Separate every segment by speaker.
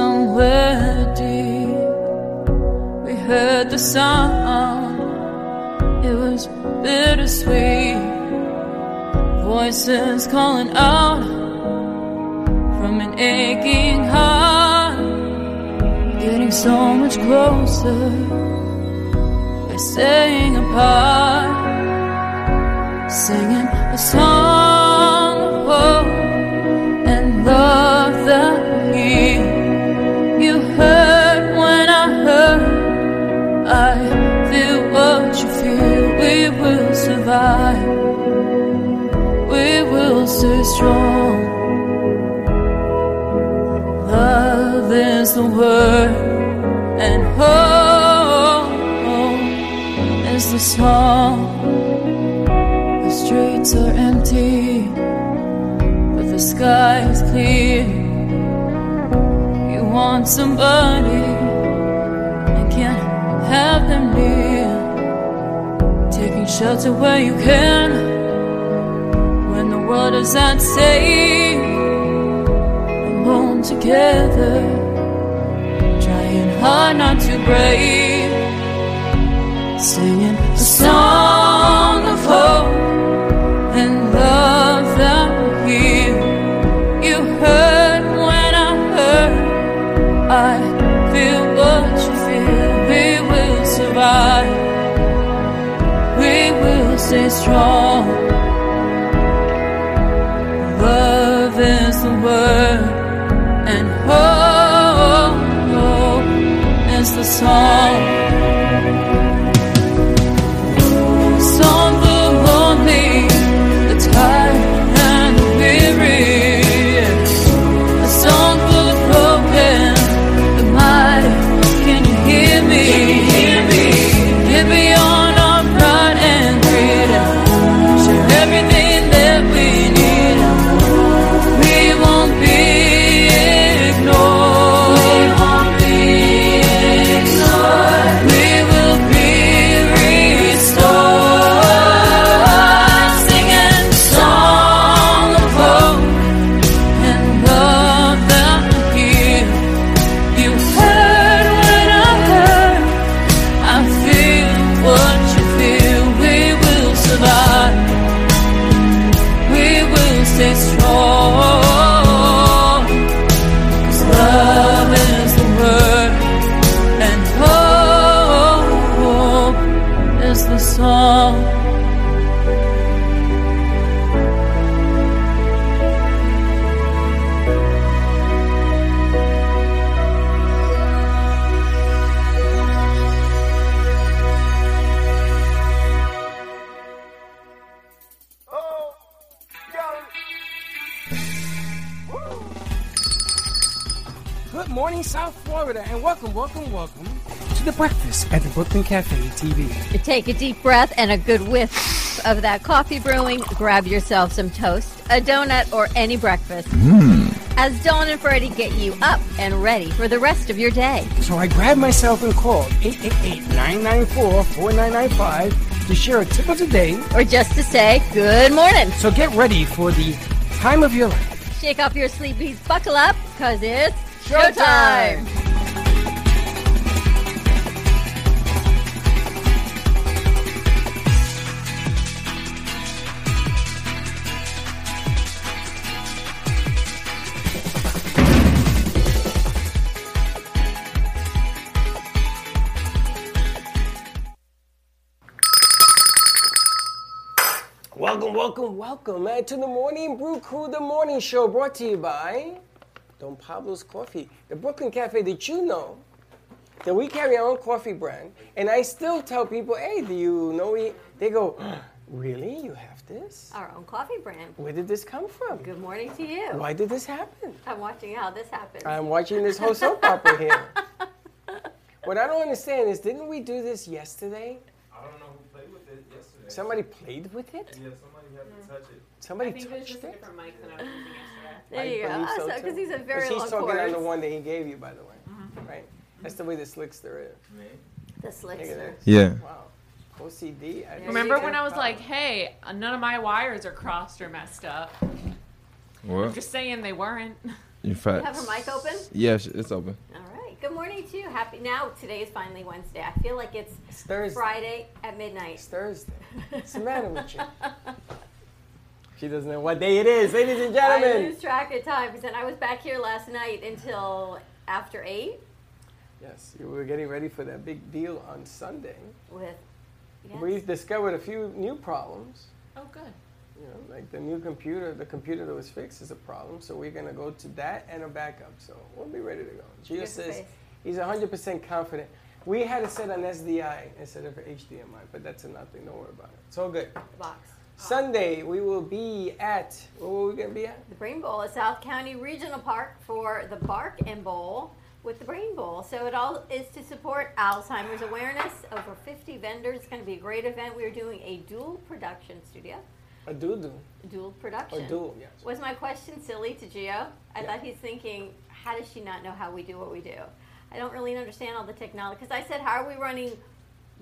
Speaker 1: somewhere deep. We heard the sound, it was bittersweet. Voices calling out from an aching heart, getting so much closer by staying apart, singing a song of hope and love that we. You hurt when I hurt. I feel what you feel. We will survive. We will stay strong. Love is the word, and hope is the song. The streets are empty, but the sky is clear. You want somebody and can't have them near. Taking shelter where you can when the world is at sea. Alone together, trying hard not to break. Singing a song of hope and love that will heal. You hurt when I hurt. I feel what you feel. We will survive. We will stay strong. Love is the word, and hope oh, is the song. Song for lonely, the tired and the weary. A song for the broken, the mighty. Can you hear me? hear me? Get beyond our pride and greed. Share everything that we need. We won't be ignored. We won't be ignored. We will be restored. Singing song of hope and love that here. You heard what I heard. I feel what you feel. We will survive. We will stay strong. 'Cause love is the word, and hope is the song.
Speaker 2: Good morning, South Florida, and welcome, welcome, welcome to the breakfast at the Brooklyn Cafe TV.
Speaker 3: To Take a deep breath and a good whiff of that coffee brewing. Grab yourself some toast, a donut, or any breakfast. As Dawn and Freddie get you up and ready for the rest of your day.
Speaker 2: So I grabbed myself and called 888-994-4995 to share a tip of the day.
Speaker 3: Or just to say good morning.
Speaker 2: So get ready for the time of your life.
Speaker 3: Shake off your sleepies, buckle up, because it's showtime.
Speaker 2: Welcome, welcome, welcome uh, to the Morning Brew Crew, the morning show brought to you by Don Pablo's Coffee, the Brooklyn Cafe. Did you know that we carry our own coffee brand? And I still tell people, hey, do you know it? They go, really? You have this?
Speaker 4: Our own coffee brand.
Speaker 2: Where did this come from?
Speaker 4: Good morning to you.
Speaker 2: Why did this happen?
Speaker 4: I'm watching how this happens.
Speaker 2: I'm watching this whole soap opera here. What I don't understand is, didn't we do this yesterday?
Speaker 5: I don't know who played with it yesterday.
Speaker 2: Somebody played with it?
Speaker 5: yeah, somebody had to touch it.
Speaker 2: Somebody
Speaker 6: I think there's
Speaker 2: touched
Speaker 6: just a
Speaker 2: it?
Speaker 6: different mic than I was using yesterday.
Speaker 4: there
Speaker 2: I
Speaker 4: you go.
Speaker 2: believe so,
Speaker 4: Because
Speaker 2: too.
Speaker 4: he's a very
Speaker 2: But
Speaker 4: long
Speaker 2: She's talking on
Speaker 4: chorus.
Speaker 2: the one that he gave you, by the way. Right? That's the way the slickster is.
Speaker 4: The slickster.
Speaker 5: Yeah.
Speaker 2: Wow. OCD. I
Speaker 6: Remember when I
Speaker 2: have
Speaker 6: was
Speaker 2: problems.
Speaker 6: like, hey, none of my wires are crossed or messed up?
Speaker 5: What?
Speaker 6: Just saying they weren't. Your facts.
Speaker 4: Have her mic open?
Speaker 6: Yes, it's open.
Speaker 4: All right. Good morning to you. Happy now. Today is finally Wednesday. I feel like it's
Speaker 2: It's Thursday.
Speaker 4: Friday at midnight.
Speaker 2: It's Thursday. What's the matter with you? She doesn't know what day it is, ladies and
Speaker 4: I
Speaker 2: gentlemen.
Speaker 4: lose track of time because then I was back here last night until after eight
Speaker 2: Yes, we were getting ready for that big deal on Sunday.
Speaker 4: with. Yes.
Speaker 2: We've discovered a few new problems.
Speaker 1: Oh, good.
Speaker 2: You know, like the new computer, the computer that was fixed is a problem, so we're gonna go to that and a backup. So we'll be ready to go. Gio
Speaker 4: Good
Speaker 2: says
Speaker 4: space.
Speaker 2: he's 100% confident. We had it set on SDI instead of HDMI, but that's another thing. Don't worry about it. It's all good.
Speaker 4: the box.
Speaker 2: Sunday we will be at where were we gonna be at?
Speaker 4: The Brain Bowl at South County Regional Park for the Bark and Bowl with the Brain Bowl. So it all is to support Alzheimer's awareness. Over 50 vendors. It's going to be a great event. We're doing a dual production studio.
Speaker 2: A doodoo.
Speaker 4: Dual
Speaker 2: A
Speaker 4: production.
Speaker 2: duel. Yes.
Speaker 4: Was my question silly to Gio? I
Speaker 2: Yeah.
Speaker 4: thought he's thinking, how does she not know how we do what we do? I don't really understand all the technology. Because I said, how are we running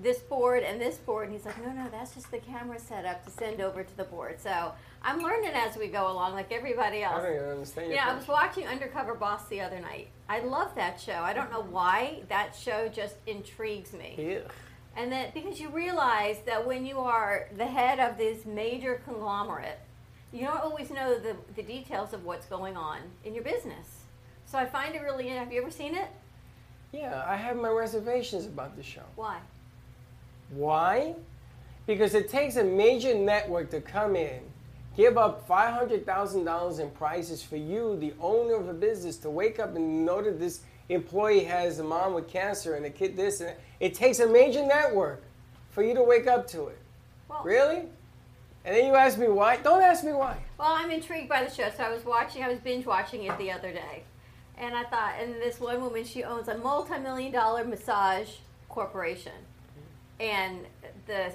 Speaker 4: this board and this board? And he's like, no, no, that's just the camera setup to send over to the board. So I'm learning as we go along, like everybody
Speaker 2: I
Speaker 4: else.
Speaker 2: don't even understand. your
Speaker 4: Yeah, I was
Speaker 2: question.
Speaker 4: watching Undercover Boss the other night. I love that show. I don't know why. That show just intrigues me.
Speaker 2: Ugh.
Speaker 4: And that because you realize that when you are the head of this major conglomerate, you don't always know the, the details of what's going on in your business. So I find it really. Have you ever seen it?
Speaker 2: Yeah, I have my reservations about the show.
Speaker 4: Why?
Speaker 2: Why? Because it takes a major network to come in, give up $500,000 in prizes for you, the owner of a business, to wake up and know that this employee has a mom with cancer and a kid this and that. It takes a major network for you to wake up to it.
Speaker 4: Well,
Speaker 2: Really? And then you ask me why? Don't ask me why.
Speaker 4: Well, I'm intrigued by the show, so I was watching. I was binge watching it the other day, and I thought, and this one woman, she owns a multi-million dollar massage corporation, and the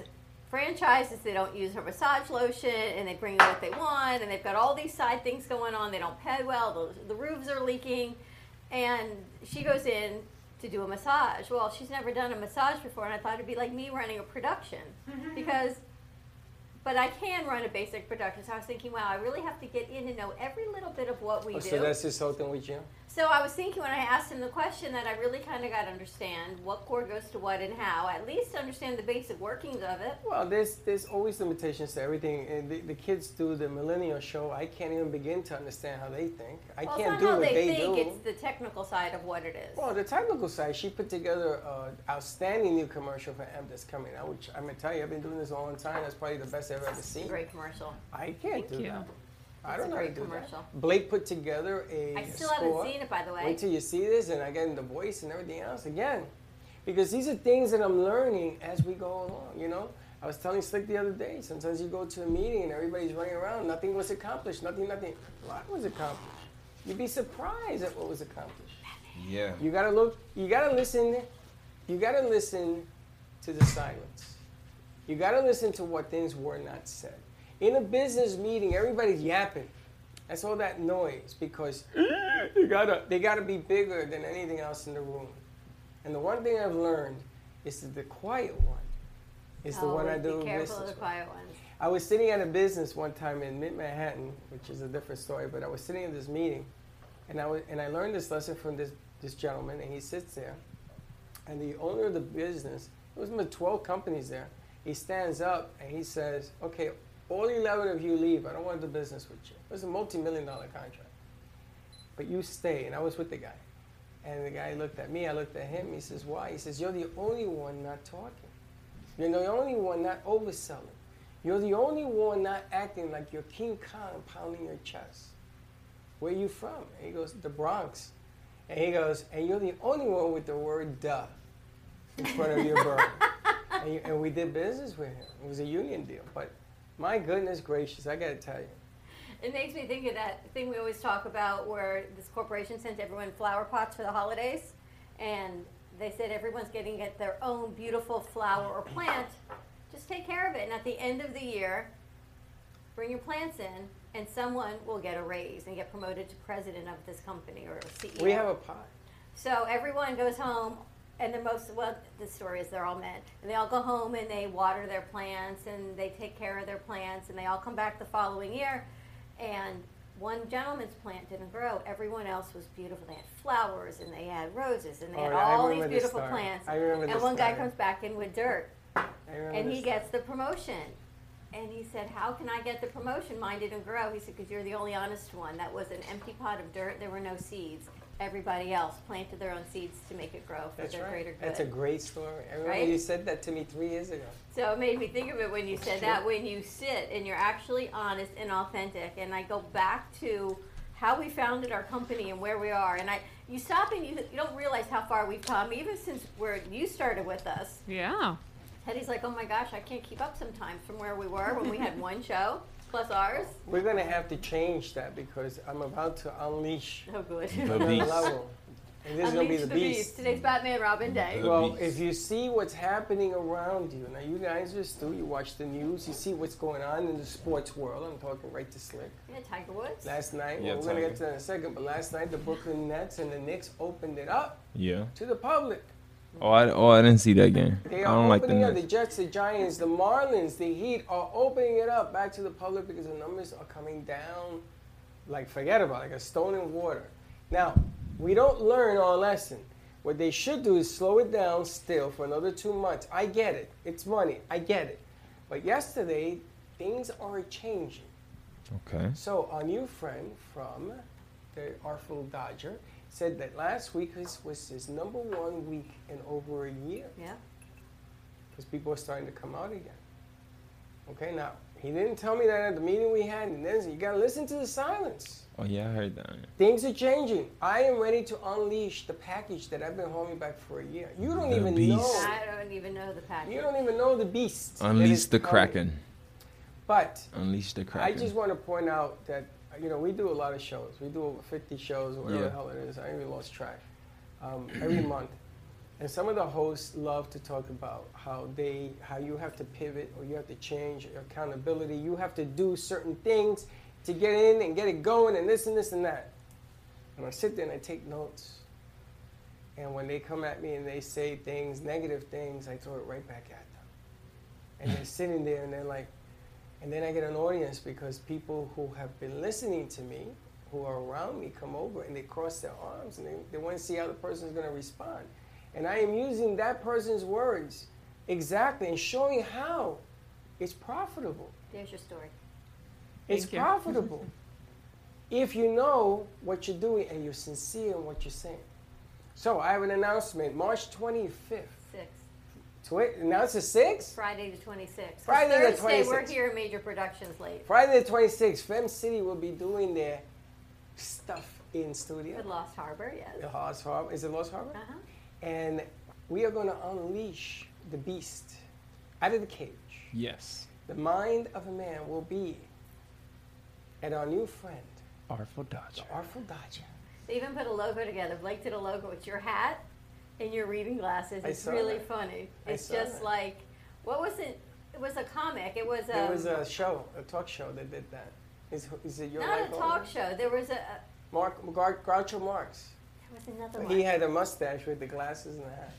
Speaker 4: franchises they don't use her massage lotion, and they bring you what they want, and they've got all these side things going on. They don't pay well. The, the roofs are leaking, and she goes in to do a massage. Well, she's never done a massage before, and I thought it'd be like me running a production because but I can run a basic production. So I was thinking, wow, I really have to get in and know every little bit of what we
Speaker 2: Oh,
Speaker 4: do.
Speaker 2: so that's this whole thing with you?
Speaker 4: So I was thinking when I asked him the question that I really kind of got to understand what cord goes to what and how, at least understand the basic workings of it.
Speaker 2: Well, there's there's always limitations to everything. And the, the kids do the millennial show. I can't even begin to understand how they think. I
Speaker 4: Well, it's
Speaker 2: can't
Speaker 4: not
Speaker 2: do
Speaker 4: how
Speaker 2: what
Speaker 4: they,
Speaker 2: they,
Speaker 4: think,
Speaker 2: do.
Speaker 4: it's the technical side of what it is.
Speaker 2: Well, the technical side, she put together an outstanding new commercial for M that's coming out, which I'm gonna tell you, I've been doing this a long time. That's probably the best I've ever seen.
Speaker 4: great commercial.
Speaker 2: I can't do
Speaker 1: you.
Speaker 2: that. I
Speaker 4: It's
Speaker 2: don't
Speaker 4: a
Speaker 2: know how to
Speaker 4: great
Speaker 2: do
Speaker 4: commercial.
Speaker 2: that. Blake put together a
Speaker 4: I still
Speaker 2: score.
Speaker 4: haven't seen it, by the way.
Speaker 2: Wait till you see this, and I get in the voice and everything else again, because these are things that I'm learning as we go along. You know, I was telling Slick the other day. Sometimes you go to a meeting and everybody's running around. Nothing was accomplished. Nothing. Nothing. A lot was accomplished. You'd be surprised at what was accomplished.
Speaker 6: Yeah.
Speaker 2: You gotta look. You gotta listen. You gotta listen to the silence. You gotta listen to what things were not said. In a business meeting, everybody's yapping. That's all that noise because you gotta. They gotta be bigger than anything else in the room. And the one thing I've learned is that the quiet one is the one
Speaker 4: Always
Speaker 2: I do
Speaker 4: Oh, Be careful of
Speaker 2: business
Speaker 4: the
Speaker 2: with.
Speaker 4: quiet ones.
Speaker 2: I was sitting at a business one time in Mid Manhattan, which is a different story. But I was sitting at this meeting, and I was, and I learned this lesson from this this gentleman. And he sits there, and the owner of the business, there was about twelve companies there. He stands up and he says, "Okay, all eleven of you leave. I don't want to do business with you. It was a multi-million dollar contract, but you stay." And I was with the guy, and the guy looked at me. I looked at him. He says, "Why?" He says, "You're the only one not talking. You're the only one not overselling." You're the only one not acting like you're King Kong pounding your chest. Where you from? And he goes, the Bronx. And he goes, and you're the only one with the word duh in front of your bird. and, you, and we did business with him. It was a union deal. But my goodness gracious, I got to tell you.
Speaker 4: It makes me think of that thing we always talk about where this corporation sent everyone flower pots for the holidays. And they said everyone's getting get their own beautiful flower or plant. Just take care of it. And at the end of the year, bring your plants in, and someone will get a raise and get promoted to president of this company or E CEO.
Speaker 2: We have a pot.
Speaker 4: So everyone goes home, and the most well, the story is they're all men, and they all go home and they water their plants and they take care of their plants, and they all come back the following year, and One gentleman's plant didn't grow. Everyone else was beautiful. They had flowers and they had roses and they
Speaker 2: Oh,
Speaker 4: had
Speaker 2: yeah, I
Speaker 4: all these
Speaker 2: remember this
Speaker 4: beautiful
Speaker 2: story.
Speaker 4: plants.
Speaker 2: I remember
Speaker 4: and
Speaker 2: this
Speaker 4: one guy
Speaker 2: story.
Speaker 4: comes back in with dirt
Speaker 2: I remember
Speaker 4: and he
Speaker 2: this.
Speaker 4: gets the promotion. And he said, "How can I get the promotion? Mine didn't grow." He said, "Because you're the only honest one. That was an empty pot of dirt. There were no seeds. Everybody else planted their own seeds to make it grow for
Speaker 2: That's
Speaker 4: their greater
Speaker 2: right.
Speaker 4: good."
Speaker 2: That's a great story. I remember
Speaker 4: Right?
Speaker 2: you said that to me three years ago.
Speaker 4: So it made me think of it when you said that when you sit and you're actually honest and authentic. And I go back to how we founded our company and where we are. And I, you stop and you, you don't realize how far we've come, even since where you started with us.
Speaker 6: Yeah.
Speaker 4: Teddy's like, oh my gosh, I can't keep up sometimes from where we were when we had one show plus ours.
Speaker 2: We're going to have to change that because I'm about to unleash
Speaker 4: Oh, good.
Speaker 7: The
Speaker 2: another
Speaker 7: beast.
Speaker 2: level. And this is going to be the beast.
Speaker 4: Today's Batman Robin Day.
Speaker 7: The
Speaker 2: Well,
Speaker 7: beast.
Speaker 2: if you see what's happening around you, now you guys are still, you watch the news, you see what's going on in the sports world. I'm talking right to slick.
Speaker 4: Yeah, Tiger Woods.
Speaker 2: Last night,
Speaker 7: Yeah,
Speaker 2: well, we're going
Speaker 7: Tiger.
Speaker 2: to get to that in a second, but last night the Brooklyn Nets and the Knicks opened it up
Speaker 7: Yeah.
Speaker 2: to the public.
Speaker 7: Oh, I, oh, I didn't see that game. I
Speaker 2: They are
Speaker 7: don't like the
Speaker 2: opening up. The
Speaker 7: Nets.
Speaker 2: Jets, the Giants, the Marlins, the Heat are opening it up back to the public because the numbers are coming down like forget about it, like a stone in water. Now, we don't learn our lesson. What they should do is slow it down still for another two months. I get it. It's money. I get it. But yesterday, things are changing.
Speaker 7: Okay.
Speaker 2: So our new friend from the Artful Dodger said that last week was, was his number one week in over a year
Speaker 4: Yeah.
Speaker 2: because people are starting to come out again. Okay, now he didn't tell me that at the meeting we had, and then you gotta listen to the silence.
Speaker 7: Oh yeah, I heard that.
Speaker 2: Things are changing. I am ready to unleash the package that I've been holding back for a year. You don't
Speaker 7: The
Speaker 2: even
Speaker 7: beast.
Speaker 2: know.
Speaker 4: I don't even know the package.
Speaker 2: Oh. You don't even know the beast. that
Speaker 7: Unleash
Speaker 2: is
Speaker 7: the
Speaker 2: coming.
Speaker 7: Kraken.
Speaker 2: But
Speaker 7: Unleash the
Speaker 2: I
Speaker 7: Kraken.
Speaker 2: just want to point out that uh, you know we do a lot of shows. We do over 50 shows, or whatever
Speaker 7: Yeah.
Speaker 2: the hell it is. I even lost track. Um, every month, and some of the hosts love to talk about how they, how you have to pivot or you have to change your accountability. You have to do certain things to get in and get it going, and this and this and that. And I sit there and I take notes. And when they come at me and they say things, negative things, I throw it right back at them. And they're sitting there and they're like, and then I get an audience because people who have been listening to me, who are around me, come over and they cross their arms and they, they want to see how the person's going to respond. And I am using that person's words exactly and showing how it's profitable.
Speaker 4: There's your story.
Speaker 2: It's
Speaker 6: Thank you.
Speaker 2: profitable if you know what you're doing and you're sincere in what you're saying. So I have an announcement March 25th.
Speaker 4: Six.
Speaker 2: To it, announce the 6th?
Speaker 4: Friday the 26th.
Speaker 2: Friday the
Speaker 4: Thursday, we're
Speaker 2: 26th.
Speaker 4: here at Major Productions late.
Speaker 2: Friday the 26th, Fem City will be doing their stuff in studio.
Speaker 4: At Lost Harbor, yes.
Speaker 2: The Lost Harbor. Is it Lost Harbor?
Speaker 4: Uh-huh.
Speaker 2: And we are going to unleash the beast out of the cage.
Speaker 7: yes.
Speaker 2: The mind of a man will be at our new friend,
Speaker 7: Artful Dodger.
Speaker 2: the Artful Dodger.
Speaker 4: They even put a logo together. Blake did a logo with your hat and your reading glasses.
Speaker 2: I
Speaker 4: It's
Speaker 2: saw
Speaker 4: really
Speaker 2: that.
Speaker 4: funny.
Speaker 2: I
Speaker 4: It's
Speaker 2: saw
Speaker 4: just
Speaker 2: that.
Speaker 4: like, what was it? It was a comic. It was um, a,
Speaker 2: There was a show, a talk show that did that. Is, is it your
Speaker 4: not a
Speaker 2: life
Speaker 4: talk
Speaker 2: Over?
Speaker 4: show. There was a, a
Speaker 2: Mark Gar- Groucho Marx.
Speaker 4: there was another one.
Speaker 2: He had a mustache with the glasses and the hat.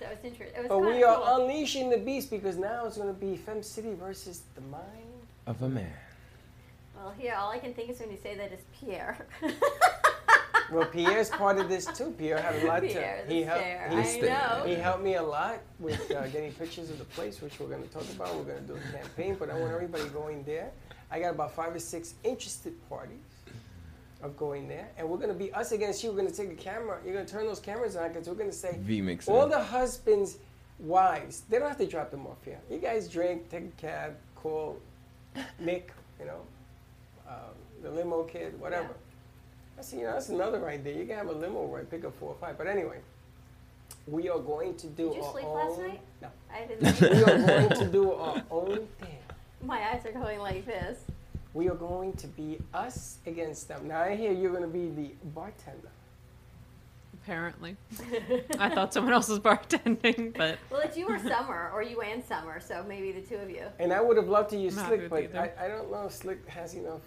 Speaker 4: so it's interesting. It was
Speaker 2: But
Speaker 4: kinda
Speaker 2: we are
Speaker 4: cool.
Speaker 2: unleashing the beast because now it's going to be Fem City versus the mind.
Speaker 7: Of a man.
Speaker 4: Well, here, all I can think is when you say that is Pierre.
Speaker 2: Well, Pierre's part of this too. Pierre had a lot
Speaker 4: Pierre,
Speaker 2: to.
Speaker 4: the
Speaker 2: He helped.
Speaker 4: stare.
Speaker 2: He,
Speaker 7: He's
Speaker 4: I
Speaker 7: there.
Speaker 4: know.
Speaker 2: He helped me a lot with uh, getting pictures of the place, which we're going to talk about. We're going to do a campaign, but I want everybody going there. I got about five or six interested parties of going there, and we're going to be us against you. We're going to take a camera. You're going to turn those cameras on because we're going to say
Speaker 7: V mixer.
Speaker 2: all the husbands, wives. They don't have to drop them off here. You guys drink, take a cab, call Nick, you know, um, the limo kid, whatever. I said, you know, that's another right there. You can have a limo ride, pick up four or five. But anyway, we are going to do
Speaker 4: Did you
Speaker 2: our
Speaker 4: sleep
Speaker 2: own.
Speaker 4: last night?
Speaker 2: No.
Speaker 4: I
Speaker 2: We
Speaker 4: didn't.
Speaker 2: are going to do our own thing.
Speaker 4: My eyes are going like this.
Speaker 2: We are going to be us against them. Now I hear you're going to be the bartender.
Speaker 6: Apparently. I thought someone else was bartending, but
Speaker 4: Well, it's you or Summer, or you and Summer, so maybe the two of you.
Speaker 2: And I would have loved to use
Speaker 6: Not
Speaker 2: Slick,
Speaker 6: good
Speaker 2: but
Speaker 6: either.
Speaker 2: I, I don't know if Slick has enough.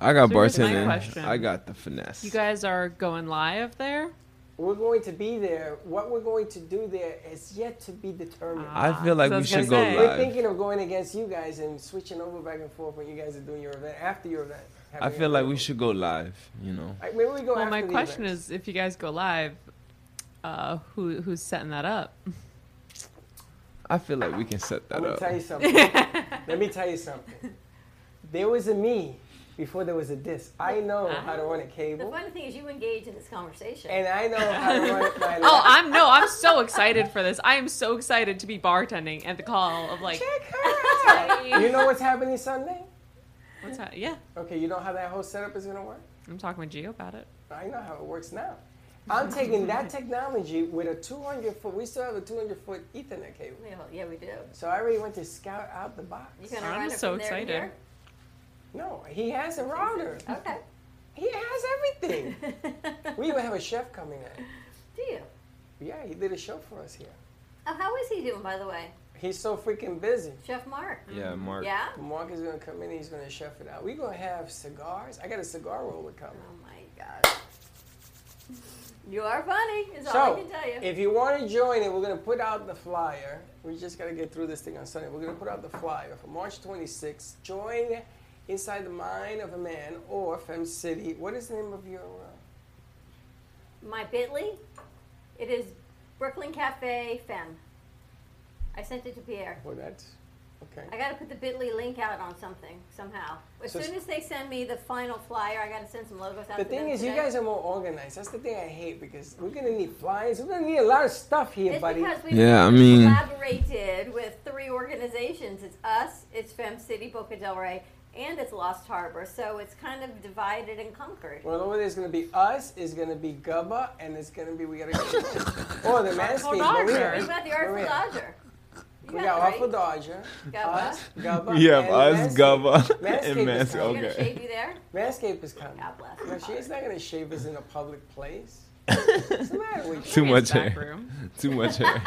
Speaker 7: I got
Speaker 6: So here's my
Speaker 7: bartending.
Speaker 6: question.
Speaker 7: I got the finesse.
Speaker 6: you guys are going live there.
Speaker 2: we're going to be there. What we're going to do there is yet to be determined.
Speaker 6: Ah,
Speaker 7: I feel like
Speaker 6: so I
Speaker 7: we
Speaker 6: was gonna
Speaker 7: should go
Speaker 6: say.
Speaker 2: we're
Speaker 7: live.
Speaker 2: thinking of going against you guys and switching over back and forth when you guys are doing your event after your event.
Speaker 7: I
Speaker 2: having your
Speaker 7: feel like we
Speaker 2: event.
Speaker 7: should go live. You know.
Speaker 2: Like, maybe we go
Speaker 6: Well,
Speaker 2: after
Speaker 6: my
Speaker 2: the
Speaker 6: question
Speaker 2: event.
Speaker 6: is, if you guys go live, uh, who who's setting that up?
Speaker 7: I feel like we can set that
Speaker 2: I'm gonna
Speaker 7: up.
Speaker 2: tell you something. Let me tell you something. There was a me before there was a this. I know
Speaker 6: Uh-huh.
Speaker 2: how to run a
Speaker 4: The
Speaker 2: cable,
Speaker 4: funny thing is, you engage in this conversation.
Speaker 2: and I know how to run it my
Speaker 6: Oh, I'm no, I'm so excited for this. I am so excited to be bartending at the call of like,
Speaker 2: Check her out. You know what's happening Sunday?
Speaker 6: what's that? Yeah,
Speaker 2: Okay, you know how that whole setup is gonna work.
Speaker 6: I'm talking with Gio about it.
Speaker 2: I know how it works now. I'm taking that technology with a 200 foot. We still have a 200 foot Ethernet cable.
Speaker 4: Yeah, well, yeah, we do.
Speaker 2: So I already went to scout out the box.
Speaker 4: You gonna
Speaker 6: I'm
Speaker 4: run it
Speaker 6: so
Speaker 4: from there to
Speaker 6: excited.
Speaker 4: here?
Speaker 2: No, he has a router.
Speaker 4: Okay.
Speaker 2: He has everything.
Speaker 4: do
Speaker 2: We even have a chef coming in.
Speaker 4: you?
Speaker 2: Yeah, he did a show for us here.
Speaker 4: Oh, how is he doing, by the way,
Speaker 2: He's so freaking busy.
Speaker 4: Chef Mark?
Speaker 7: Yeah, Mark.
Speaker 4: Yeah.
Speaker 2: Mark is gonna come in. He's gonna chef it out. We're gonna have cigars. I got a cigar roller coming.
Speaker 4: Oh my God. You are funny. Is all I
Speaker 2: So,
Speaker 4: can tell you.
Speaker 2: if you want to join it, we're going to put out the flyer. We just got to get through this thing on Sunday. We're going to put out the flyer for March 26th. Join Inside the Mind of a Man or Fem City. What is the name of your. Uh,
Speaker 4: my Bitly, it is Brooklyn Cafe Femme. I sent it to Pierre.
Speaker 2: well, oh, that's. Okay.
Speaker 4: I gotta put the Bitly link out on something somehow. As
Speaker 2: So-
Speaker 4: soon as they send me the final flyer, I gotta send some logos out.
Speaker 2: The
Speaker 4: to
Speaker 2: thing
Speaker 4: them
Speaker 2: is, you
Speaker 4: today.
Speaker 2: guys are more organized. That's the thing I hate because we're going to need flyers. We're going to need a lot of stuff here,
Speaker 4: It's
Speaker 2: buddy.
Speaker 4: because we
Speaker 7: Yeah, I mean-
Speaker 4: collaborated with three organizations. It's us, it's Fem City Boca Del Rey, and it's Lost Harbor. So it's kind of divided and conquered.
Speaker 2: Well, over there's going to be us, it's going to be Gubba, and it's going to be. We got to get. oh, the Manscaped. Maria.
Speaker 4: What about the Artful
Speaker 2: Maria.
Speaker 4: Dodger? You
Speaker 2: We
Speaker 4: got
Speaker 2: got
Speaker 4: it, right?
Speaker 2: Awful Dodger,
Speaker 4: Gubba.
Speaker 2: us, Gubba.
Speaker 7: We have
Speaker 2: and
Speaker 7: us,
Speaker 2: Manscaped.
Speaker 7: Gubba,
Speaker 2: Manscaped is
Speaker 7: and Manscaped.
Speaker 2: coming.
Speaker 4: You gonna
Speaker 7: Okay.
Speaker 4: shave you there?
Speaker 2: Manscaped is coming.
Speaker 4: God bless.
Speaker 2: No, she's not gonna shave us in a public place. What's the matter with you?
Speaker 7: Too
Speaker 6: Maybe
Speaker 7: much
Speaker 6: it's back
Speaker 7: hair.
Speaker 6: room.
Speaker 7: Too much hair.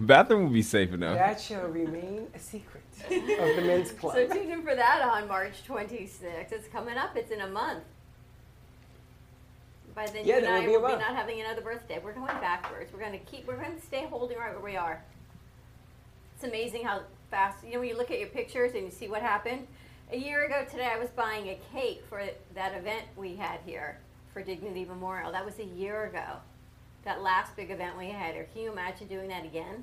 Speaker 7: Bathroom would be safe enough.
Speaker 2: That shall remain a secret of the men's club.
Speaker 4: So tune in for that on March 26th. It's coming up. It's in a month. By then,
Speaker 2: Yeah,
Speaker 4: you and
Speaker 2: that would
Speaker 4: I
Speaker 2: be a
Speaker 4: will be
Speaker 2: month.
Speaker 4: not having another birthday. We're going backwards. We're going to keep. We're going to stay holding right where we are. It's amazing how fast. You know, when you look at your pictures and you see what happened. A year ago today, I was buying a cake for that event we had here for Dignity Memorial. That was a year ago. That last big event we had. Or can you imagine doing that again?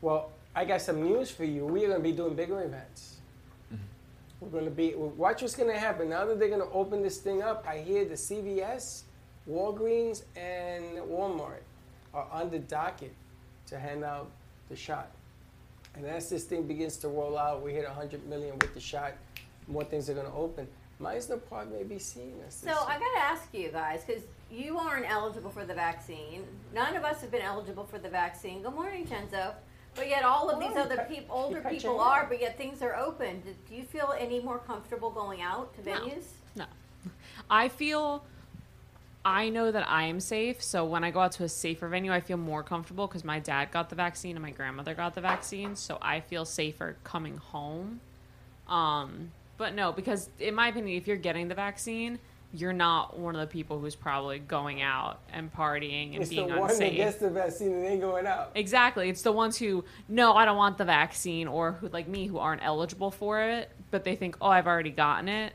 Speaker 2: Well, I got some news for you. We are gonna be doing bigger events. We're gonna be well, watch what's gonna happen. Now that they're gonna open this thing up, I hear the CVS, Walgreens, and Walmart are on the docket to hand out the shot. And as this thing begins to roll out, we hit 100 million with the shot. More things are gonna open. Meisner Park may be seeing us.
Speaker 4: So
Speaker 2: this
Speaker 4: I got to ask you guys because you aren't eligible for the vaccine. None of us have been eligible for the vaccine. Good morning, Chenzo. But yet, all of
Speaker 2: Oh,
Speaker 4: these
Speaker 2: you
Speaker 4: other
Speaker 2: cut-
Speaker 4: people, older
Speaker 2: you cut
Speaker 4: people
Speaker 2: your
Speaker 4: are.
Speaker 2: hair.
Speaker 4: But yet, things are open. Do do you feel any more comfortable going out to venues?
Speaker 6: No. I feel I know that I am safe, so when I go out to a safer venue, I feel more comfortable because my dad got the vaccine and my grandmother got the vaccine, so I feel safer coming home. Um, but no, because in my opinion, if you're getting the vaccine, you're not one of the people who's probably going out and partying and
Speaker 2: It's the
Speaker 6: being
Speaker 2: one that
Speaker 6: unsafe.
Speaker 2: gets the vaccine and ain't going out.
Speaker 6: Exactly. It's the ones who no, I don't want the vaccine, or who like me who aren't eligible for it, but they think, oh, I've already gotten it.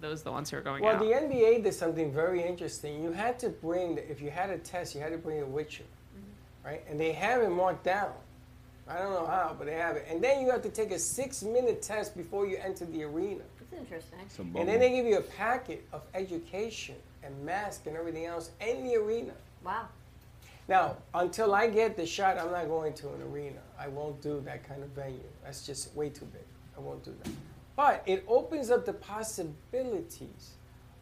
Speaker 6: Those are the ones who are going
Speaker 2: Well,
Speaker 6: out.
Speaker 2: the NBA did something very interesting. You had to bring, if you had a test, you had to bring it with you, right? And they have it marked down. I don't know how, but they have it. And then you have to take a six-minute test before you enter the arena.
Speaker 4: It's interesting.
Speaker 7: It's a
Speaker 2: And then they
Speaker 7: bubble.
Speaker 2: give you a packet of education and mask and everything else in the arena.
Speaker 4: Wow.
Speaker 2: Now, until I get the shot, I'm not going to an arena. I won't do that kind of venue. That's just way too big. I won't do that. But it opens up the possibilities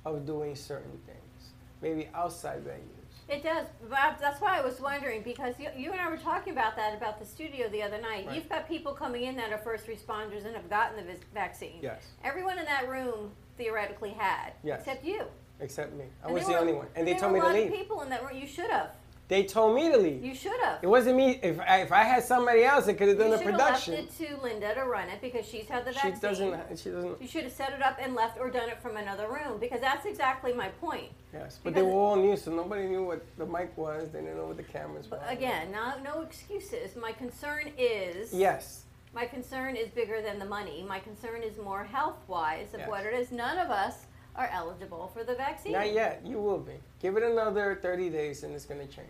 Speaker 2: of doing certain things, maybe outside venues.
Speaker 4: It does. But that's why I was wondering because you, you and I were talking about that about the studio the other night.
Speaker 2: Right.
Speaker 4: You've got people coming in that are first responders and have gotten the vis- vaccine.
Speaker 2: Yes.
Speaker 4: Everyone in that room theoretically had,
Speaker 2: Yes.
Speaker 4: except you.
Speaker 2: Except me. I
Speaker 4: And
Speaker 2: was
Speaker 4: there
Speaker 2: the
Speaker 4: were-
Speaker 2: only one. And they
Speaker 4: there
Speaker 2: told
Speaker 4: were
Speaker 2: me
Speaker 4: a
Speaker 2: to
Speaker 4: lot of
Speaker 2: leave.
Speaker 4: people in that room. You should have.
Speaker 2: They told me to leave.
Speaker 4: You should have.
Speaker 2: It wasn't me. If I, if I had somebody else that could have done
Speaker 4: You
Speaker 2: the
Speaker 4: should have left
Speaker 2: production,
Speaker 4: it to Linda to run it because she's had the
Speaker 2: she
Speaker 4: vaccine.
Speaker 2: doesn't. She doesn't.
Speaker 4: You should have set it up and left or done it from another room because that's exactly my point.
Speaker 2: Yes, but they were
Speaker 4: Because-
Speaker 2: all new, so nobody knew what the mic was. They didn't know what the cameras were.
Speaker 4: But again, no, no excuses. My concern is
Speaker 2: Yes.
Speaker 4: my concern is bigger than the money. My concern is more health wise of
Speaker 2: Yes.
Speaker 4: what it is. None of us are eligible for the vaccine.
Speaker 2: Not yet. You will be. Give it another 30 days, and it's going to change.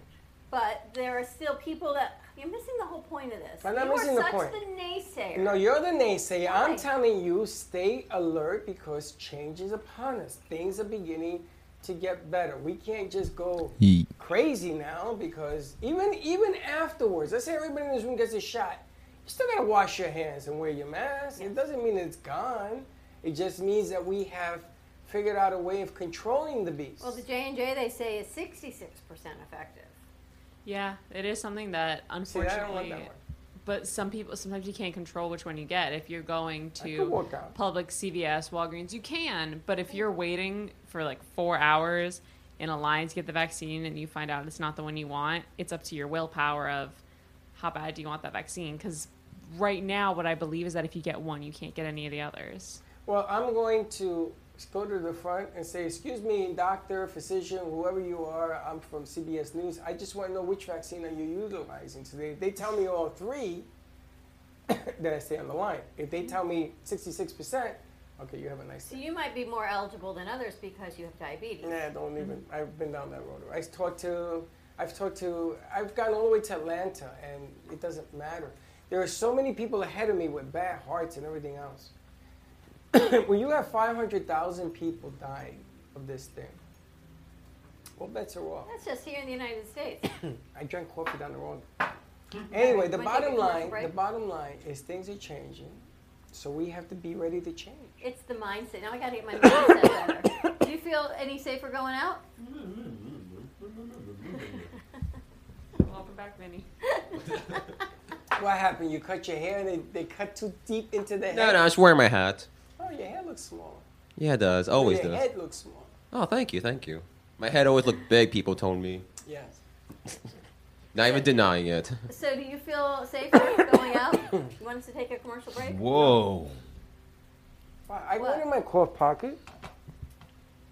Speaker 4: But there are still people that you're missing the whole point of this.
Speaker 2: I'm not
Speaker 4: you
Speaker 2: missing
Speaker 4: are
Speaker 2: the
Speaker 4: such
Speaker 2: point.
Speaker 4: the naysayer.
Speaker 2: No, you're the naysayer. I'm
Speaker 4: Why?
Speaker 2: telling you, stay alert because change is upon us. Things are beginning to get better. We can't just go
Speaker 7: Yeet.
Speaker 2: crazy now because even even afterwards, let's say everybody in this room gets a shot, you still gotta wash your hands and wear your mask. It doesn't mean it's gone. It just means that we have figured out a way of controlling the beast.
Speaker 4: Well, the J and J they say is sixty-six percent effective.
Speaker 6: Yeah, it is something that
Speaker 2: See, I don't
Speaker 6: unfortunately.
Speaker 2: want that one.
Speaker 6: But some people sometimes you can't control which one you get. If you're going
Speaker 2: could
Speaker 6: to
Speaker 2: walk out.
Speaker 6: public CVS, Walgreens, you can. But if you're waiting for like four hours in a line to get the vaccine and you find out it's not the one you want, it's up to your willpower of how bad do you want that vaccine? Because right now, what I believe is that if you get one, you can't get any of the others.
Speaker 2: Well, I'm going to go to the front and say, excuse me, doctor, physician, whoever you are, I'm from CBS News. I just want to know which vaccine are you utilizing today. If they tell me all three, then I stay on the line. If they tell me 66%, okay, you have a nice
Speaker 4: So
Speaker 2: day.
Speaker 4: you might be more eligible than others because you have diabetes.
Speaker 2: Nah, don't even. I've been down that road. I talked to, I've talked to, I've gotten all the way to Atlanta, and it doesn't matter. There are so many people ahead of me with bad hearts and everything else. when you have 500,000 people dying of this thing, well, bets are off.
Speaker 4: That's just here in the United States.
Speaker 2: I drank coffee down the road. Anyway, the
Speaker 4: Wanna take a
Speaker 2: bottom
Speaker 4: commercial
Speaker 2: line, the
Speaker 4: break?
Speaker 2: bottom line is things are changing, so we have to be ready to change.
Speaker 4: It's the mindset. Now I gotta get my mindset better. Do you feel any safer going out?
Speaker 6: Welcome back, Vinny.
Speaker 2: What happened? You cut your hair, and they, they cut too deep into the
Speaker 8: No,
Speaker 2: head.
Speaker 8: no, I just wearing my hat.
Speaker 2: Oh, your hair looks smaller.
Speaker 8: Yeah, it does. Always
Speaker 2: your
Speaker 8: does.
Speaker 2: head looks small.
Speaker 8: Oh, thank you, thank you. My head always looked big. People told me.
Speaker 2: Yes.
Speaker 8: Not even denying it.
Speaker 4: So do you feel safer going out? You want us to take a commercial break?
Speaker 7: Whoa.
Speaker 2: Wow, I
Speaker 4: What?
Speaker 2: went in my cough pocket.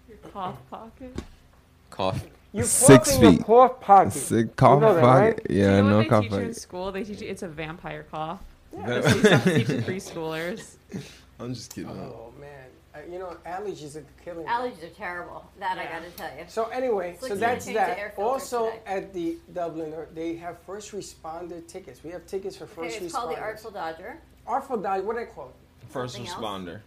Speaker 6: Your cough pocket.
Speaker 8: Cough.
Speaker 2: You
Speaker 7: Six
Speaker 2: cough in your
Speaker 7: feet.
Speaker 2: cough pocket.
Speaker 7: cough
Speaker 2: You know that,
Speaker 7: pocket.
Speaker 2: right?
Speaker 6: Do
Speaker 7: Yeah,
Speaker 6: you know
Speaker 7: no
Speaker 6: what they
Speaker 7: cough
Speaker 6: teach you in
Speaker 7: pocket.
Speaker 6: school? They teach you it's a vampire cough. That's what they teach to
Speaker 7: No.
Speaker 6: preschoolers.
Speaker 7: I'm just kidding.
Speaker 2: Oh man, uh, you know allergies are killing. me.
Speaker 4: Allergies are terrible. That I
Speaker 6: Yeah.
Speaker 4: gotta tell you.
Speaker 2: So anyway,
Speaker 4: It's like
Speaker 2: so
Speaker 4: you
Speaker 2: that's
Speaker 4: change the
Speaker 2: that.
Speaker 4: air filter
Speaker 2: Also
Speaker 4: today.
Speaker 2: at the Dubliner, they have first responder tickets. We have tickets for
Speaker 4: Okay,
Speaker 2: first
Speaker 4: it's called the Artful
Speaker 2: responders.
Speaker 4: Dodger.
Speaker 2: Artful Dodger. What do they call it?
Speaker 7: First
Speaker 4: Something else?
Speaker 7: responder.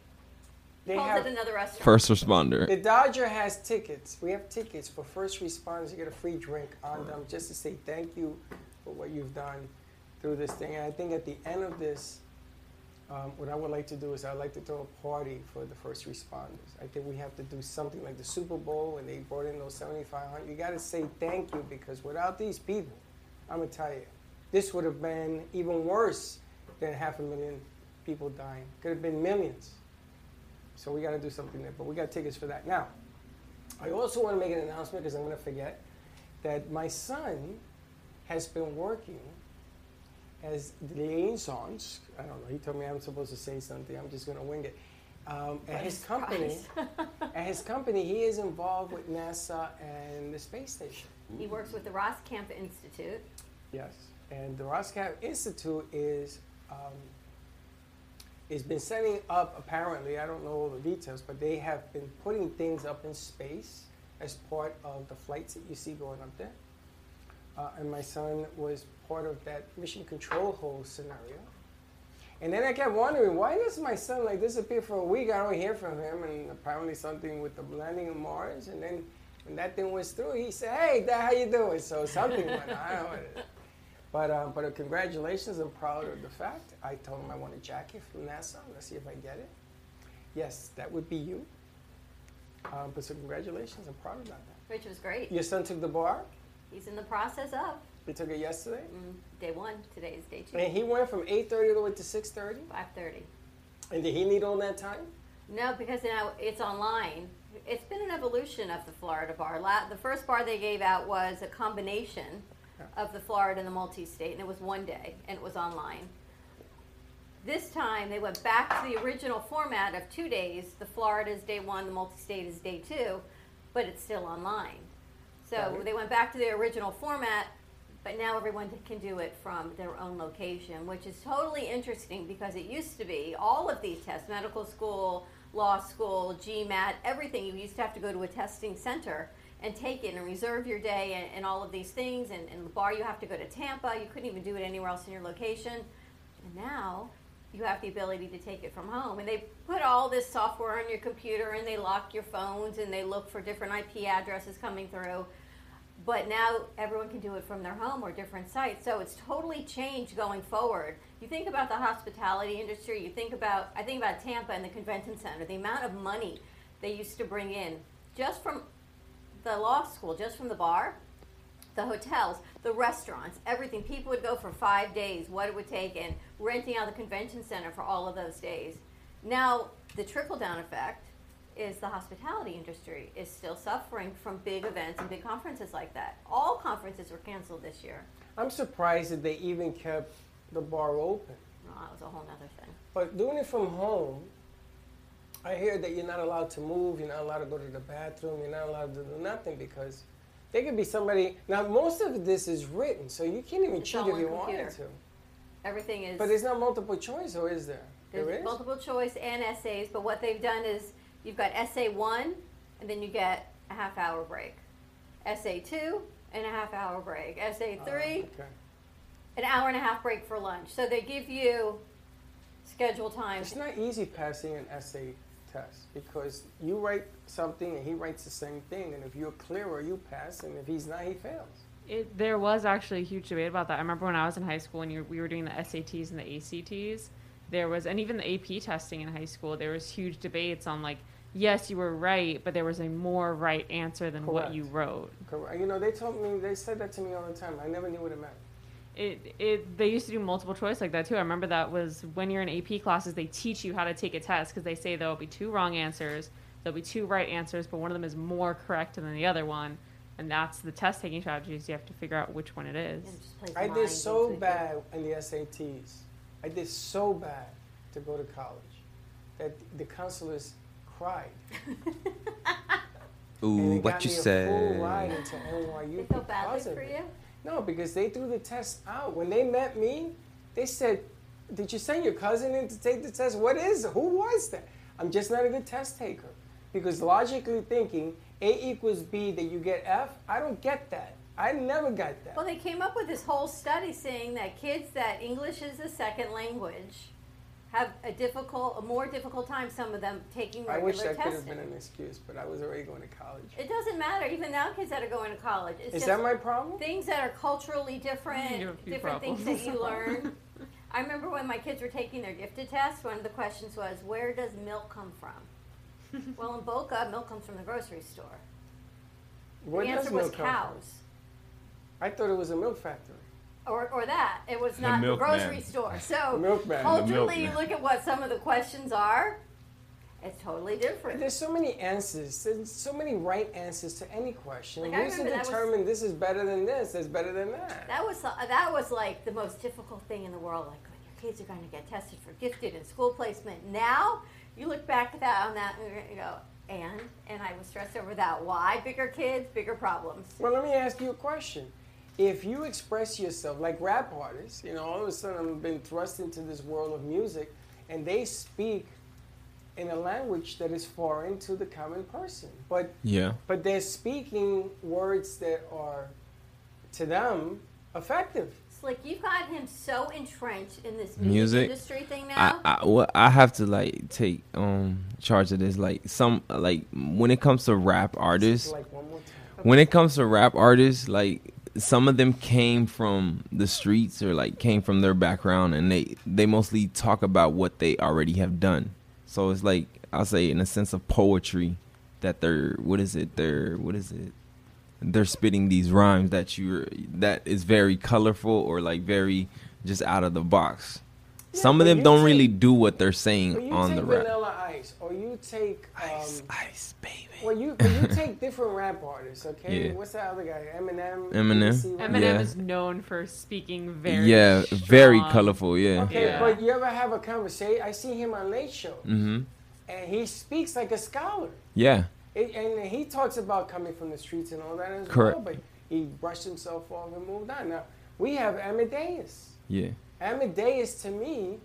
Speaker 2: They
Speaker 4: Calls
Speaker 2: have
Speaker 4: it another restaurant.
Speaker 7: First responder.
Speaker 2: the Dodger has tickets. We have tickets for first responders. You get a free drink on them just to say thank you for what you've done through this thing. And I think at the end of this, um, what I would like to do is I'd like to throw a party for the first responders. I think we have to do something like the Super Bowl when they brought in those 7,500. You got to say thank you because without these people, I'm going to tell you, this would have been even worse than half a million people dying. Could have been millions. So we got to do something there. But we got tickets for that. Now, I also want to make an announcement because I'm going to forget that my son has been working as the liaisons. I don't know. He told me I'm supposed to say something. I'm just going to wing it. Um, at his company, at his company, he is involved with NASA and the space station.
Speaker 4: He works with the Roskamp Institute.
Speaker 2: Yes, and the Roscoe Institute is um, has been setting up. Apparently, I don't know all the details, but they have been putting things up in space as part of the flights that you see going up there. Uh, and my son was part of that mission control hole scenario. And then I kept wondering, why does my son like disappear for a week? I don't hear from him, and apparently something with the landing on Mars. And then when that thing was through, he said, "Hey, Dad, how you doing?" So something went. on. I don't know what it is. But um, but uh, congratulations! I'm proud of the fact. I told him I want a jacket from NASA. Let's see if I get it. Yes, that would be you. Um, but so congratulations! I'm proud about that.
Speaker 4: Which was great.
Speaker 2: Your son took the bar.
Speaker 4: He's in the process of
Speaker 2: He took it yesterday,
Speaker 4: day one. Today is day two.
Speaker 2: and he went from 8:30 all the way to 6:30.
Speaker 4: Five thirty.
Speaker 2: And did he need all that time?
Speaker 4: No, because now it's online. it's been an evolution of the Florida bar. La- the first bar they gave out was a combination of the Florida and the multi-state, and it was one day, and it was online. This time they went back to the original format of two days. The Florida is day one, the multi-state is day two, but it's still online. So they went back to their original format, but now everyone can do it from their own location, which is totally interesting because it used to be all of these tests medical school, law school, GMAT, everything you used to have to go to a testing center and take it and reserve your day and, and all of these things. And, and the bar, you have to go to Tampa. You couldn't even do it anywhere else in your location. And now you have the ability to take it from home. And they put all this software on your computer and they lock your phones and they look for different IP addresses coming through. But now everyone can do it from their home or different sites. So it's totally changed going forward. You think about the hospitality industry, you think about, I think about Tampa and the convention center, the amount of money they used to bring in just from the law school, just from the bar the hotels, the restaurants, everything. People would go for five days, what it would take, and renting out the convention center for all of those days. Now, the trickle down effect is the hospitality industry is still suffering from big events and big conferences like that. All conferences were canceled this year.
Speaker 2: I'm surprised that they even kept the bar open.
Speaker 4: No, that was a whole nother thing.
Speaker 2: But doing it from home, I hear that you're not allowed to move, you're not allowed to go to the bathroom, you're not allowed to do nothing because there could be somebody. Now, most of this is written, so you can't even cheat
Speaker 4: all
Speaker 2: if
Speaker 4: on
Speaker 2: you
Speaker 4: computer.
Speaker 2: wanted to.
Speaker 4: Everything is.
Speaker 2: But it's not multiple choice, or is there? there
Speaker 4: There's
Speaker 2: is?
Speaker 4: multiple choice and essays, but what they've done is you've got essay one, and then you get a half hour break. Essay two, and a half hour break. Essay three,
Speaker 2: Oh, Okay.
Speaker 4: an hour and a half break for lunch. So they give you schedule time.
Speaker 2: It's not easy passing an essay test because you write something and he writes the same thing, and if you're clearer, you pass, and if he's not, he fails.
Speaker 6: It, there was actually a huge debate about that. I remember when I was in high school and you, we were doing the SATs and the ACTs. There was, and even the AP testing in high school, there was huge debates on like, yes, you were right, but there was a more right answer than what you
Speaker 2: Correct.
Speaker 6: wrote.
Speaker 2: Correct. You know, they told me, they said that to me all the time. I never knew what it meant.
Speaker 6: It, it, they used to do multiple choice like that too. I remember that was when you're in AP classes, they teach you how to take a test because they say there'll be two wrong answers, there'll be two right answers, but one of them is more correct than the other one. And that's the test taking strategies. You have to figure out which one it is.
Speaker 4: and just plays
Speaker 2: I
Speaker 4: mind
Speaker 2: did
Speaker 4: games
Speaker 2: so
Speaker 4: with you.
Speaker 2: bad in the SATs. I did so bad to go to college that the counselors cried. And
Speaker 8: Ooh,
Speaker 2: they
Speaker 8: what
Speaker 2: got
Speaker 8: you
Speaker 2: me A full ride
Speaker 8: said.
Speaker 2: into NYU
Speaker 4: They feel
Speaker 2: because
Speaker 4: badly
Speaker 2: of
Speaker 4: for
Speaker 2: it.
Speaker 4: you.
Speaker 2: No, because they threw the test out. When they met me, they said, "Did you send your cousin in to take the test? What is? Who was that? I'm just not a good test taker." Because logically thinking, A equals B, that you get F. I don't get that. I never got that.
Speaker 4: Well, they came up with this whole study saying that kids that English is the second language have a difficult, a more difficult time. Some of them taking
Speaker 2: I
Speaker 4: regular
Speaker 2: wish that
Speaker 4: testing.
Speaker 2: could have been an excuse, but I was already going to college.
Speaker 4: It doesn't matter. Even now, kids that are going to college. It's
Speaker 2: Is
Speaker 4: just
Speaker 2: that my problem?
Speaker 4: things that are culturally different,
Speaker 6: You have a few
Speaker 4: different things
Speaker 6: problems.
Speaker 4: that you learn. I remember when my kids were taking their gifted test. One of the questions was, "Where does milk come from?" well, in Boca, milk comes from the grocery store.
Speaker 2: Where
Speaker 4: the
Speaker 2: does
Speaker 4: answer was
Speaker 2: milk come from?
Speaker 4: cows,
Speaker 2: I thought it was a milk factory.
Speaker 4: or or that it was not the
Speaker 7: milkman.
Speaker 4: grocery store. So
Speaker 2: Milkman. The
Speaker 4: culturally, you
Speaker 7: milkman.
Speaker 4: look at what some of the questions are. It's totally different.
Speaker 2: There's so many answers. There's so many right answers to any question.
Speaker 4: Like, I
Speaker 2: Who's to
Speaker 4: remember that was-
Speaker 2: determine this is better than this? That's better than that.
Speaker 4: That was uh, that was like the most difficult thing in the world. Like when your kids are going to get tested for gifted and school placement. Now you look back at that on that and you go, and and I was stressed over that. Why bigger kids, bigger problems?
Speaker 2: Well, let me ask you a question. If you express yourself like rap artists, you know, all of a sudden I've been thrust into this world of music, and they speak in a language that is foreign to the common person, but
Speaker 7: Yeah.
Speaker 2: but they're speaking words that are to them effective.
Speaker 4: It's like you've got him so entrenched in this music,
Speaker 9: Music?
Speaker 4: industry thing now.
Speaker 9: I, I well, I have to like take um charge of this. Like some like when it comes to rap artists,
Speaker 2: Like one more time.
Speaker 9: when it comes to rap artists, like some of them came from the streets or like came from their background, and they they mostly talk about what they already have done. So it's like I'll say in a sense of poetry that they're what is it they're what is it they're spitting these rhymes that you that is very colorful or like very just out of the box.
Speaker 2: Yeah,
Speaker 9: Some of
Speaker 2: but
Speaker 9: them
Speaker 2: you
Speaker 9: don't
Speaker 2: take-
Speaker 9: really do what they're
Speaker 2: But
Speaker 9: saying
Speaker 2: you
Speaker 9: on
Speaker 2: take
Speaker 9: the rap.
Speaker 2: Vanilla Ice or or you take
Speaker 9: Ice,
Speaker 2: um,
Speaker 9: ice, baby.
Speaker 2: well, you well, you take different rap artists, okay?
Speaker 9: Yeah.
Speaker 2: What's that other guy? Eminem.
Speaker 9: Eminem.
Speaker 2: Jay-Z, right?
Speaker 6: Eminem
Speaker 9: Yeah.
Speaker 6: is known for speaking very
Speaker 9: yeah, very
Speaker 6: strong.
Speaker 9: colorful. Yeah.
Speaker 2: Okay,
Speaker 6: Yeah.
Speaker 2: but you ever have a conversation? I see him on Late Show,
Speaker 9: Mm-hmm.
Speaker 2: and he speaks like a scholar.
Speaker 9: Yeah.
Speaker 2: It, and he talks about coming from the streets and all that as
Speaker 9: Correct.
Speaker 2: well, but he brushed himself off and moved on. Now, we have Amadeus.
Speaker 9: Yeah.
Speaker 2: Amadeus, to me,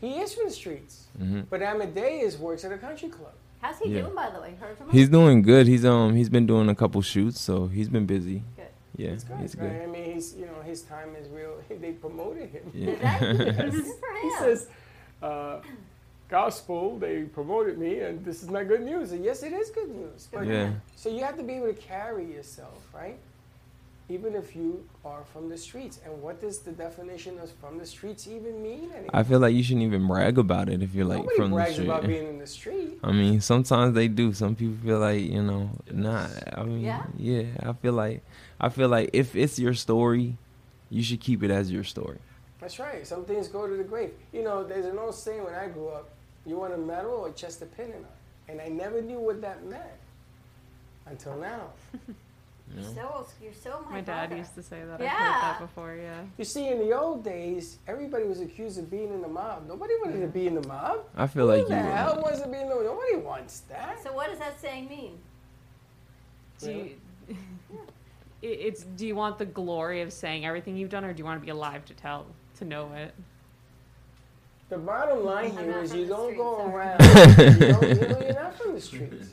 Speaker 2: he is from the streets,
Speaker 9: Mm-hmm.
Speaker 2: but Amadeus works at a country club.
Speaker 4: How's he
Speaker 9: Yeah.
Speaker 4: doing, by the way? Heard from him?
Speaker 9: He's doing good. He's um he's been doing a couple shoots, so he's been busy.
Speaker 4: Good.
Speaker 9: Yeah,
Speaker 2: It's good.
Speaker 9: he's
Speaker 2: right?
Speaker 9: good.
Speaker 2: I mean, he's, you know, his time is real. They promoted him.
Speaker 9: Yeah.
Speaker 4: Good for him.
Speaker 2: He says, uh, gospel, they promoted me, and this is not good news. And yes, it is good news. But
Speaker 9: yeah.
Speaker 2: So you have to be able to carry yourself, right? Even if you are from the streets. And what does the definition of from the streets even mean? anymore?
Speaker 9: I feel like you shouldn't even brag about it if you're like
Speaker 2: Nobody
Speaker 9: from the
Speaker 2: brags about
Speaker 9: street.
Speaker 2: being in the street.
Speaker 9: I mean, sometimes they do. Some people feel like you know, nah. I mean,
Speaker 4: Yeah?
Speaker 9: yeah. I feel like, I feel like if it's your story, you should keep it as your story.
Speaker 2: That's right. Some things go to the grave. You know, there's an old saying when I grew up, you want a medal or just a pennon? And I never knew what that meant until now.
Speaker 4: so, you're so my,
Speaker 6: My dad
Speaker 4: brother.
Speaker 6: used to say that. I've
Speaker 4: Yeah.
Speaker 6: heard that before. Yeah.
Speaker 2: You see, in the old days, everybody was accused of being in the mob. Nobody wanted to be in the mob.
Speaker 9: I feel
Speaker 2: Who
Speaker 9: like
Speaker 2: the
Speaker 9: you.
Speaker 2: hell wants to be in the mob? Nobody wants that.
Speaker 4: So what does that saying mean?
Speaker 6: Do
Speaker 2: Really?
Speaker 6: you, It- it's do you want the glory of saying everything you've done, or do you want to be alive to tell to know it?
Speaker 2: The bottom line
Speaker 4: I'm
Speaker 2: here
Speaker 4: not
Speaker 2: is
Speaker 4: from
Speaker 2: you
Speaker 4: the
Speaker 2: don't
Speaker 4: streets,
Speaker 2: go
Speaker 4: sorry.
Speaker 2: around. you don't, you know, you're not from the streets.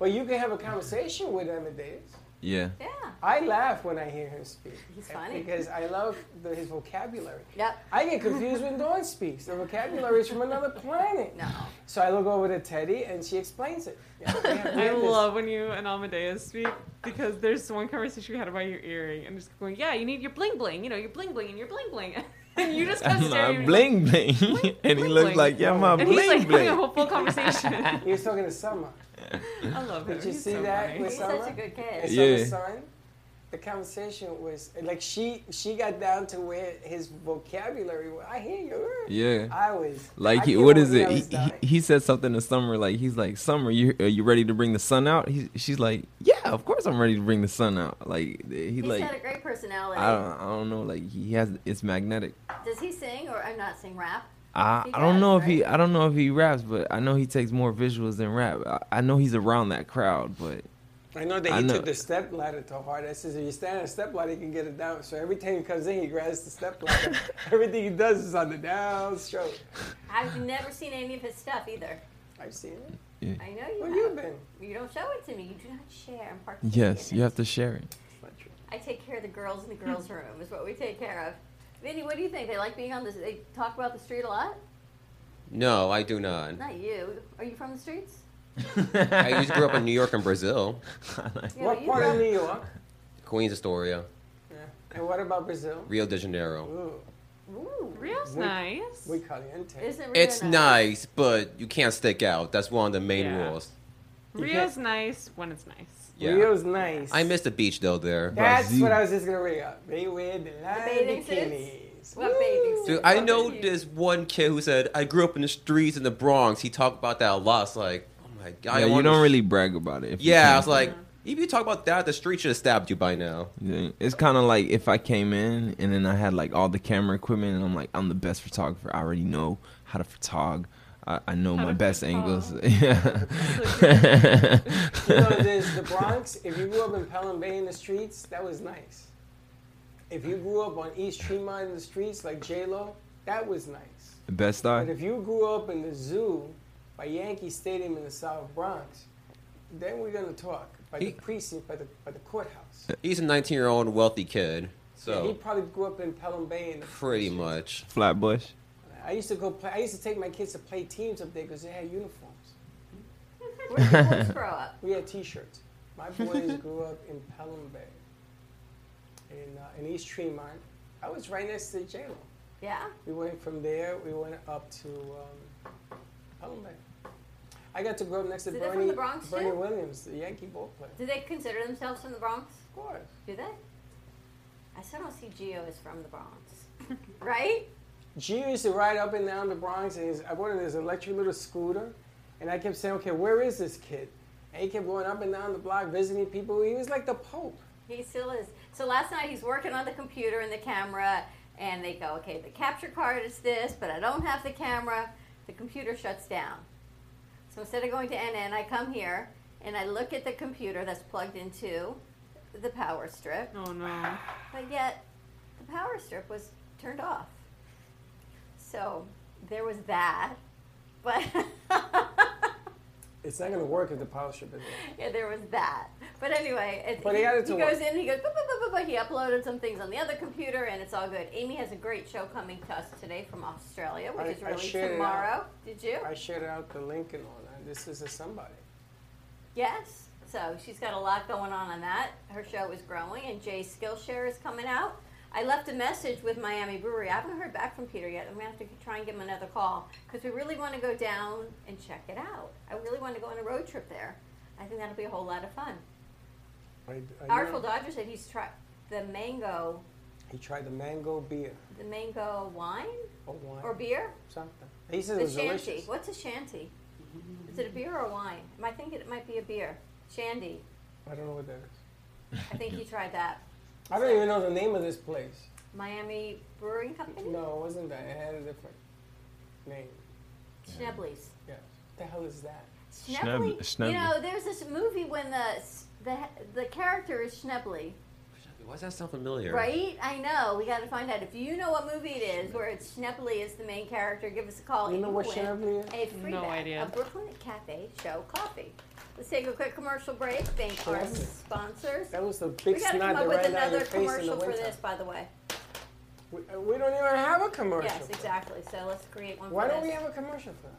Speaker 2: But you can have a conversation with Amadeus.
Speaker 9: yeah.
Speaker 4: Yeah.
Speaker 2: I laugh when I hear him speak.
Speaker 4: He's funny.
Speaker 2: Because I love the, his vocabulary.
Speaker 4: Yep.
Speaker 2: I get confused when Dawn speaks. The vocabulary is from another planet.
Speaker 4: No.
Speaker 2: So I look over to Teddy and she explains it. Yeah, we have- we
Speaker 6: I
Speaker 2: have this-
Speaker 6: love when you and Amadeus speak because there's one conversation we had about your earring and just going, yeah, you need your bling bling, you know, your bling bling and your bling bling, and you just kind of stare.
Speaker 9: My bling bling, and he
Speaker 6: bling,
Speaker 9: looks
Speaker 6: bling.
Speaker 9: like yeah, my
Speaker 6: and
Speaker 9: bling
Speaker 6: he's like having a
Speaker 9: bling.
Speaker 6: whole full conversation. I
Speaker 2: He was talking to Summer.
Speaker 6: love him.
Speaker 2: Did you
Speaker 6: He's
Speaker 2: see
Speaker 6: so
Speaker 2: that?
Speaker 6: funny.
Speaker 2: With
Speaker 4: He's such a
Speaker 2: Summer?
Speaker 4: good
Speaker 2: and
Speaker 4: kid.
Speaker 9: Yeah.
Speaker 2: Summer's son. The conversation was like she she got down to where his vocabulary. was. I hear you.
Speaker 9: Yeah.
Speaker 2: I was
Speaker 9: Like
Speaker 2: I
Speaker 9: he,
Speaker 2: get
Speaker 9: what is it?
Speaker 2: I
Speaker 9: He,
Speaker 2: was dying.
Speaker 9: he, he said something to Summer. Like he's like, Summer, you are you ready to bring the sun out? He, she's like, Yeah, of course I'm ready to bring the sun out. Like he
Speaker 4: He's
Speaker 9: like
Speaker 4: got a great personality.
Speaker 9: I don't I don't know. Like he has it's magnetic.
Speaker 4: Does he sing or I'm not sing rap?
Speaker 9: I,
Speaker 4: He
Speaker 9: I don't
Speaker 4: does,
Speaker 9: know if he I don't know if he raps, but I know he takes more visuals than rap. I, I know he's around that crowd, but
Speaker 2: I know that
Speaker 9: I
Speaker 2: he
Speaker 9: know.
Speaker 2: took the step ladder to heart. I says if you stand on a step ladder, you can get it down. So every time he comes in, he grabs the step ladder. Everything he does is on the downstroke.
Speaker 4: I've never seen any of his stuff either.
Speaker 2: I've seen it.
Speaker 4: I know
Speaker 2: Where
Speaker 4: you
Speaker 2: you
Speaker 4: have.
Speaker 2: been?
Speaker 4: You don't show it to me. You do not share. I'm part
Speaker 9: yes, you have to share it.
Speaker 2: It's not true.
Speaker 4: I take care of the girls in the girls' room. Is what we take care of. Vinny, what do you think? They like being on the. They talk about the street a lot.
Speaker 8: No, I do not.
Speaker 4: Not you. Are you from the streets?
Speaker 8: I used to grow up in New York and Brazil,
Speaker 4: Yeah,
Speaker 2: what
Speaker 4: you
Speaker 2: part
Speaker 4: from-
Speaker 2: of New York?
Speaker 8: Queens Astoria,
Speaker 2: Yeah. And what about Brazil?
Speaker 8: Rio de Janeiro.
Speaker 2: Ooh,
Speaker 4: Ooh,
Speaker 6: Real's
Speaker 2: We-
Speaker 6: nice.
Speaker 2: we caliente.
Speaker 4: Isn't it really
Speaker 8: It's nice, but you can't stick out. That's one of the main
Speaker 6: Yeah.
Speaker 8: rules.
Speaker 6: Rio's nice when it's nice.
Speaker 8: Yeah.
Speaker 2: Rio's nice.
Speaker 8: I miss the beach though there.
Speaker 2: That's
Speaker 9: Brazil.
Speaker 2: what I was just gonna bring up. They wear the light
Speaker 4: bathing
Speaker 2: bikinis.
Speaker 4: What bathing suits?
Speaker 8: Dude, I
Speaker 4: What
Speaker 8: know
Speaker 4: bathing
Speaker 8: this one kid who said, I grew up in the streets in the Bronx. He talked about that a lot. It's like, oh my
Speaker 9: Yeah,
Speaker 8: God. I
Speaker 9: you
Speaker 8: wanna-
Speaker 9: don't really brag about it. if you
Speaker 8: Yeah,
Speaker 9: can't.
Speaker 8: I was like, if you talk about that, the street should have stabbed you by now.
Speaker 9: Yeah, It's kind of like if I came in and then I had like all the camera equipment and I'm like, I'm the best photographer. I already know how to photog. I, I know
Speaker 6: How
Speaker 9: my
Speaker 6: to
Speaker 9: best
Speaker 6: photog.
Speaker 9: angles. Yeah.
Speaker 2: You know, there's the Bronx. If you grew up in Pelham Bay in the streets, that was nice. If you grew up on East Tremont in the streets, like J Lo, that was nice.
Speaker 9: best
Speaker 2: But
Speaker 9: eye.
Speaker 2: if you grew up in the zoo by Yankee Stadium in the South Bronx, then we're gonna talk by the
Speaker 8: He-
Speaker 2: precinct, by the by the courthouse.
Speaker 8: He's a 19 year old wealthy kid.
Speaker 2: He
Speaker 8: So,
Speaker 2: probably grew up in Pelham Bay. In the,
Speaker 8: pretty much.
Speaker 9: Flatbush.
Speaker 2: I used to go play. I used to take my kids to play teams up there because they had uniforms.
Speaker 4: suits? Where did your boys grow up?
Speaker 2: We had T-shirts. My boys grew up in Pelham Bay, in uh, in East Tremont. I was right next to J Lo.
Speaker 4: Yeah.
Speaker 2: We went from there. We went up to um, Pelham Bay. I got to grow up next to
Speaker 4: So they're from
Speaker 2: Bernie,
Speaker 4: the Bronx, too?
Speaker 2: Bernie Williams, the Yankee ball player.
Speaker 4: Do they consider themselves from the Bronx?
Speaker 2: Of course.
Speaker 4: Do they? I still don't see Geo is from the Bronx, right?
Speaker 2: Gio used to ride up and down the Bronx, and his, I bought him this electric little scooter, And I kept saying, okay, where is this kid? And he kept going up and down the block visiting people. He was like the Pope.
Speaker 4: He still is. So last night he's working on the computer and the camera, and they go, okay, the capture card is this, but I don't have the camera. The computer shuts down. So instead of going to NN, I come here and I look at the computer that's plugged into the power strip,
Speaker 6: Oh no.
Speaker 4: but yet the power strip was turned off. So there was that. But
Speaker 2: It's not going to work if the power strip is there.
Speaker 4: Yeah, there was that. But anyway, it,
Speaker 2: But he
Speaker 4: he,
Speaker 2: got it to
Speaker 4: he goes
Speaker 2: work.
Speaker 4: in, he goes, "Buh, buh, buh, buh, buh." he uploaded some things on the other computer, and it's all good. Amy has a great show coming to us today from Australia, which
Speaker 2: I-
Speaker 4: is
Speaker 2: I
Speaker 4: released
Speaker 2: shared it
Speaker 4: tomorrow. Did you?
Speaker 2: I shared out the link and all that. This is a somebody.
Speaker 4: yes. So she's got a lot going on on that. Her show is growing, and Jay's Skillshare is coming out. I left a message with Miami Brewery. I haven't heard back from Peter yet. I'm going to have to try and give him another call because we really want to go down and check it out. I really want to go on a road trip there. I think that'll be a whole lot of fun.
Speaker 2: I, I
Speaker 4: Artful
Speaker 2: know.
Speaker 4: Dodger said he's tried the mango,
Speaker 2: He tried the mango beer.
Speaker 4: the mango wine
Speaker 2: Oh, wine.
Speaker 4: or beer.
Speaker 2: something. He said it
Speaker 4: The
Speaker 2: was
Speaker 4: shanty.
Speaker 2: delicious.
Speaker 4: What's a shanty? Is it a beer or wine? Am I thinking it might be a beer? Shandy.
Speaker 2: I don't know what that is.
Speaker 4: I think he tried that.
Speaker 2: I don't even know the name of this place.
Speaker 4: Miami Brewing Company.
Speaker 2: No, it wasn't that. It had a different name.
Speaker 4: Schnebley's.
Speaker 2: Yeah. What the hell is that?
Speaker 4: Schnebley.
Speaker 9: Schneble-
Speaker 4: You know, there's this movie when the the the character is Schnebley,
Speaker 8: Why does that sound familiar?
Speaker 4: right? I know. We got to find out if you know what movie it is where it's Schnebley is the main character. Give us a call.
Speaker 2: You know what
Speaker 4: Quinn.
Speaker 2: Schnebley is?
Speaker 4: A free
Speaker 6: No
Speaker 4: bag
Speaker 6: idea.
Speaker 4: of Brooklyn Cafe Show Coffee. Let's take a quick commercial break. Thank our
Speaker 2: Classic.
Speaker 4: sponsors.
Speaker 2: That was the
Speaker 4: We
Speaker 2: big
Speaker 4: got to
Speaker 2: snot
Speaker 4: come up
Speaker 2: that
Speaker 4: with
Speaker 2: ran down your
Speaker 4: another
Speaker 2: face in the
Speaker 4: commercial for
Speaker 2: winter.
Speaker 4: this, by the way.
Speaker 2: We, uh, we don't even have a commercial.
Speaker 4: Yes,
Speaker 2: for that.
Speaker 4: exactly. So let's create one.
Speaker 2: Why
Speaker 4: for
Speaker 2: don't we
Speaker 4: this.
Speaker 2: have a commercial for that?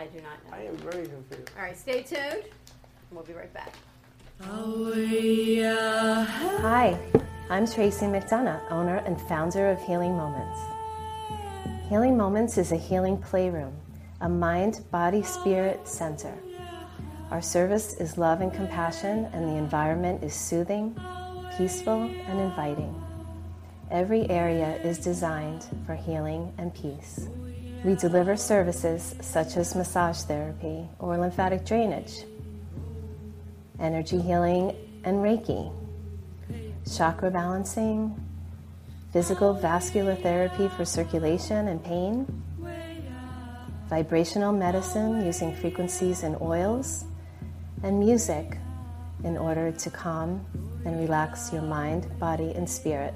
Speaker 4: I do not know.
Speaker 2: I am very confused.
Speaker 4: All right, stay tuned. We'll be right back.
Speaker 10: Hi, I'm Tracy McDonough, owner and founder of Healing Moments. Healing Moments is a healing playroom, a mind, body, spirit center. Our service is love and compassion, and the environment is soothing, peaceful, and inviting. Every area is designed for healing and peace. We deliver services such as massage therapy or lymphatic drainage, energy healing, and Reiki chakra balancing, physical vascular therapy for circulation and pain, vibrational medicine using frequencies and oils, and music in order to calm and relax your mind, body, and spirit.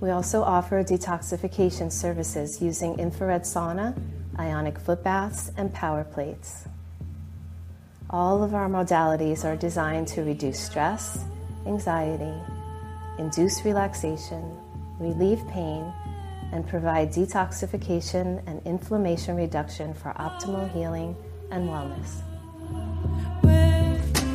Speaker 10: We also offer detoxification services using infrared sauna, ionic foot baths, and power plates. All of our modalities are designed to reduce stress, anxiety, induce relaxation, relieve pain, and provide detoxification and inflammation reduction for optimal healing and wellness.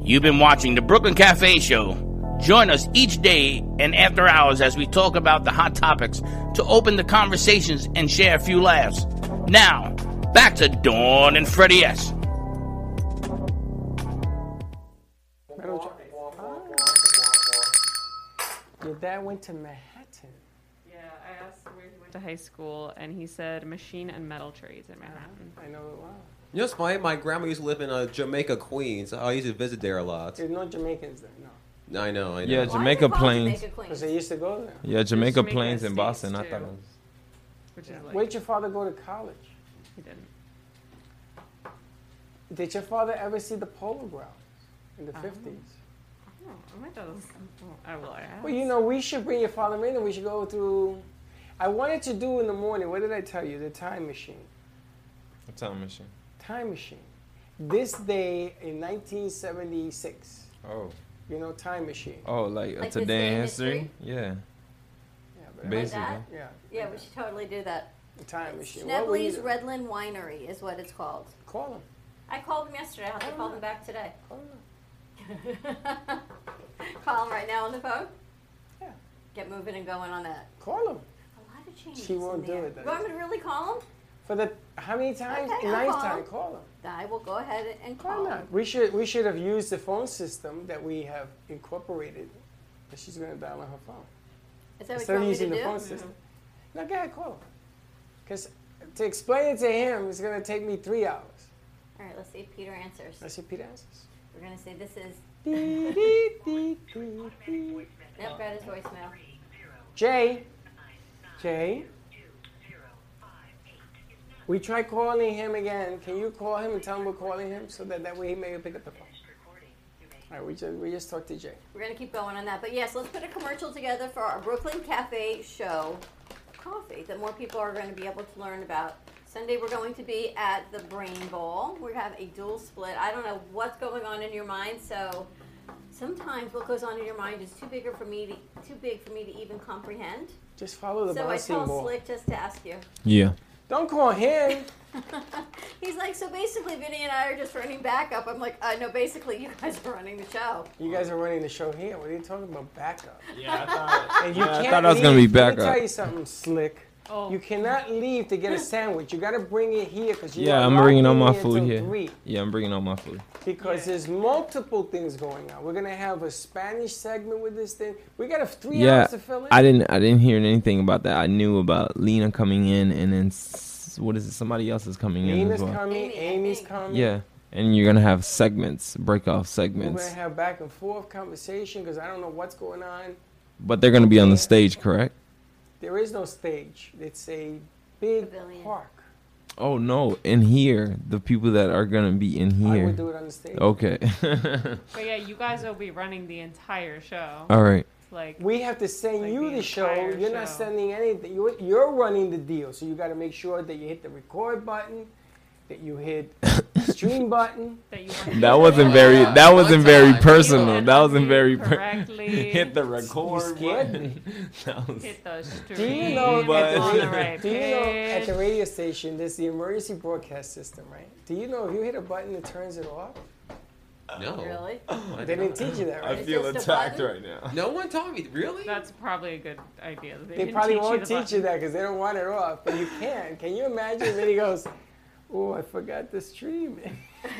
Speaker 11: You've been watching the Brooklyn Cafe Show. Join us each day and after hours as we talk about the hot topics to open the conversations and share a few laughs. Now, back to Dawn and Freddie S.
Speaker 2: Your dad went to Manhattan.
Speaker 6: Yeah, I asked where he went to high school, and he said machine and metal trades in Manhattan.
Speaker 2: I know it well.
Speaker 8: You know, it's funny. My grandma used to live in uh, Jamaica, Queens. I used to visit there a lot.
Speaker 2: There's no Jamaicans there, no.
Speaker 8: I know. I know.
Speaker 9: Yeah,
Speaker 4: Why
Speaker 9: Jamaica
Speaker 4: is it called
Speaker 9: planes.
Speaker 4: Jamaica Queens?
Speaker 2: Because they used to go there.
Speaker 9: Yeah, Jamaica
Speaker 6: Jamaica
Speaker 9: planes in
Speaker 6: States,
Speaker 9: Boston. I
Speaker 6: too. Uh-huh.
Speaker 9: thought it was.
Speaker 6: Which is like
Speaker 2: Where'd your father go to college?
Speaker 6: He didn't.
Speaker 2: Did your father ever see the Polo Grounds in the
Speaker 6: Um,
Speaker 2: fifties?
Speaker 6: Oh, I might have- I will. ask.
Speaker 2: Well, you know, we should bring your father in and we should go through. I wanted to do in the morning. What did I tell you? The time machine.
Speaker 9: What time machine?
Speaker 2: Time machine. This day in 1976.
Speaker 9: Oh.
Speaker 2: You know, time machine.
Speaker 9: Oh, like,
Speaker 4: Like
Speaker 9: a
Speaker 4: this
Speaker 9: today in
Speaker 4: day in
Speaker 9: history?
Speaker 4: history?
Speaker 9: Yeah.
Speaker 2: but-
Speaker 9: Basically.
Speaker 4: Like that?
Speaker 2: Yeah.
Speaker 4: Yeah, we should totally do that.
Speaker 2: Time machine. What we
Speaker 4: Schnebley's
Speaker 2: do?
Speaker 4: Redland Winery is what it's called.
Speaker 2: Call them.
Speaker 4: I called them yesterday. I'll have to call them back today.
Speaker 2: Call them.
Speaker 4: call them right now on the phone?
Speaker 2: Yeah.
Speaker 4: Get moving and going on that.
Speaker 2: Call them.
Speaker 4: A lot of changes.
Speaker 2: She won't
Speaker 4: in
Speaker 2: do
Speaker 4: there.
Speaker 2: it, though.
Speaker 4: You want me to really call them?
Speaker 2: For the how many times?
Speaker 4: Okay, I'll
Speaker 2: Nice
Speaker 4: call
Speaker 2: time.
Speaker 4: them.
Speaker 2: Call them.
Speaker 4: I will go ahead and call them.
Speaker 2: We should we should have used the phone system that we have incorporated. But she's going to dial on her phone.
Speaker 4: Is that what
Speaker 2: Instead
Speaker 4: you
Speaker 2: of
Speaker 4: want me
Speaker 2: using
Speaker 4: to
Speaker 2: the
Speaker 4: do? Mm-hmm.
Speaker 2: phone system. No, go ahead, call him. Because to explain it to him is going to take me three hours.
Speaker 4: All right, let's see if Peter answers.
Speaker 2: Let's see if Peter answers.
Speaker 4: We're going to say this is.
Speaker 2: Dee, dee, dee, dee, dee.
Speaker 4: Nope, got his voicemail.
Speaker 2: Jay. Jay. We try calling him again. Can you call him and tell him we're calling him so that that way he may pick up the phone? All right, we just, we just talked to Jay.
Speaker 4: We're going to keep going on that. But yes, let's put a commercial together for our Brooklyn Cafe show coffee that more people are going to be able to learn about. Sunday, we're going to be at the Brain Bowl. We have a dual split. I don't know what's going on in your mind, so sometimes what goes on in your mind is too bigger for me to, too big for me to even comprehend.
Speaker 2: Just follow the
Speaker 4: so I
Speaker 2: bouncing
Speaker 4: tell
Speaker 2: ball.
Speaker 4: Slick just to ask you.
Speaker 9: Yeah.
Speaker 2: Don't call him.
Speaker 4: He's like, so basically, Vinny and I are just running backup. I'm like, uh, no, basically, you guys are running the show.
Speaker 2: You guys are running the show here. What are you talking about? Backup.
Speaker 4: Yeah, I
Speaker 2: thought. And you
Speaker 9: Yeah, I
Speaker 2: can't
Speaker 9: thought I was
Speaker 2: leave.
Speaker 9: gonna be
Speaker 2: Let me
Speaker 9: backup.
Speaker 2: tell you something, slick. You cannot leave to get a sandwich. You got to bring it here because you.
Speaker 9: Yeah,
Speaker 2: are
Speaker 9: I'm bringing all
Speaker 2: locked in
Speaker 9: my
Speaker 2: here
Speaker 9: food
Speaker 2: till
Speaker 9: here.
Speaker 2: Three
Speaker 9: Yeah, I'm bringing all my food.
Speaker 2: because there's multiple things going on. We're gonna have a Spanish segment with this thing. We got a three
Speaker 9: yeah,
Speaker 2: hours to fill in.
Speaker 9: I didn't. I didn't hear anything about that. I knew about Lena coming in, and then s- what is it? Somebody else is coming in as
Speaker 2: Nina's
Speaker 9: well.
Speaker 2: coming. Amy's coming.
Speaker 9: Yeah, and you're gonna have segments, break off
Speaker 2: We're
Speaker 9: segments,
Speaker 2: gonna have back and forth conversation because I don't know what's going on.
Speaker 9: but they're gonna be on the stage, correct?
Speaker 2: There is no stage. It's a big park.
Speaker 9: Oh no, in here, the people that are gonna be in
Speaker 2: I
Speaker 9: here.
Speaker 2: would do it on the stage.
Speaker 9: Okay.
Speaker 6: But yeah, you guys will be running the entire show.
Speaker 9: All right.
Speaker 6: Like
Speaker 2: Uh, We have to send you the show.
Speaker 6: entire
Speaker 2: You're not
Speaker 6: show.
Speaker 2: sending anything. You're, you're running the deal, so you got to make sure that you hit the record button, that you hit stream button.
Speaker 9: That wasn't very. That wasn't very personal. That wasn't very. per-
Speaker 6: Correctly.
Speaker 9: Hit the record
Speaker 2: scared
Speaker 9: button. That was-
Speaker 6: hit the
Speaker 2: Do you
Speaker 6: stream
Speaker 2: know, at the,
Speaker 6: on the right
Speaker 2: do you know at the
Speaker 6: page.
Speaker 2: radio station there's the emergency broadcast system, right? Do you know if you hit a button it turns it off?
Speaker 8: No.
Speaker 4: Really?
Speaker 8: Why
Speaker 2: They didn't
Speaker 8: not?
Speaker 2: teach you that, right?
Speaker 9: now.
Speaker 8: No one taught me. Really?
Speaker 6: That's probably a good idea. that
Speaker 2: They
Speaker 6: didn't
Speaker 2: probably
Speaker 6: teach
Speaker 2: won't
Speaker 6: the
Speaker 2: teach you
Speaker 6: button.
Speaker 2: that because they don't want it off, but you can. Can you imagine? Then he goes, "Oh, I forgot to stream."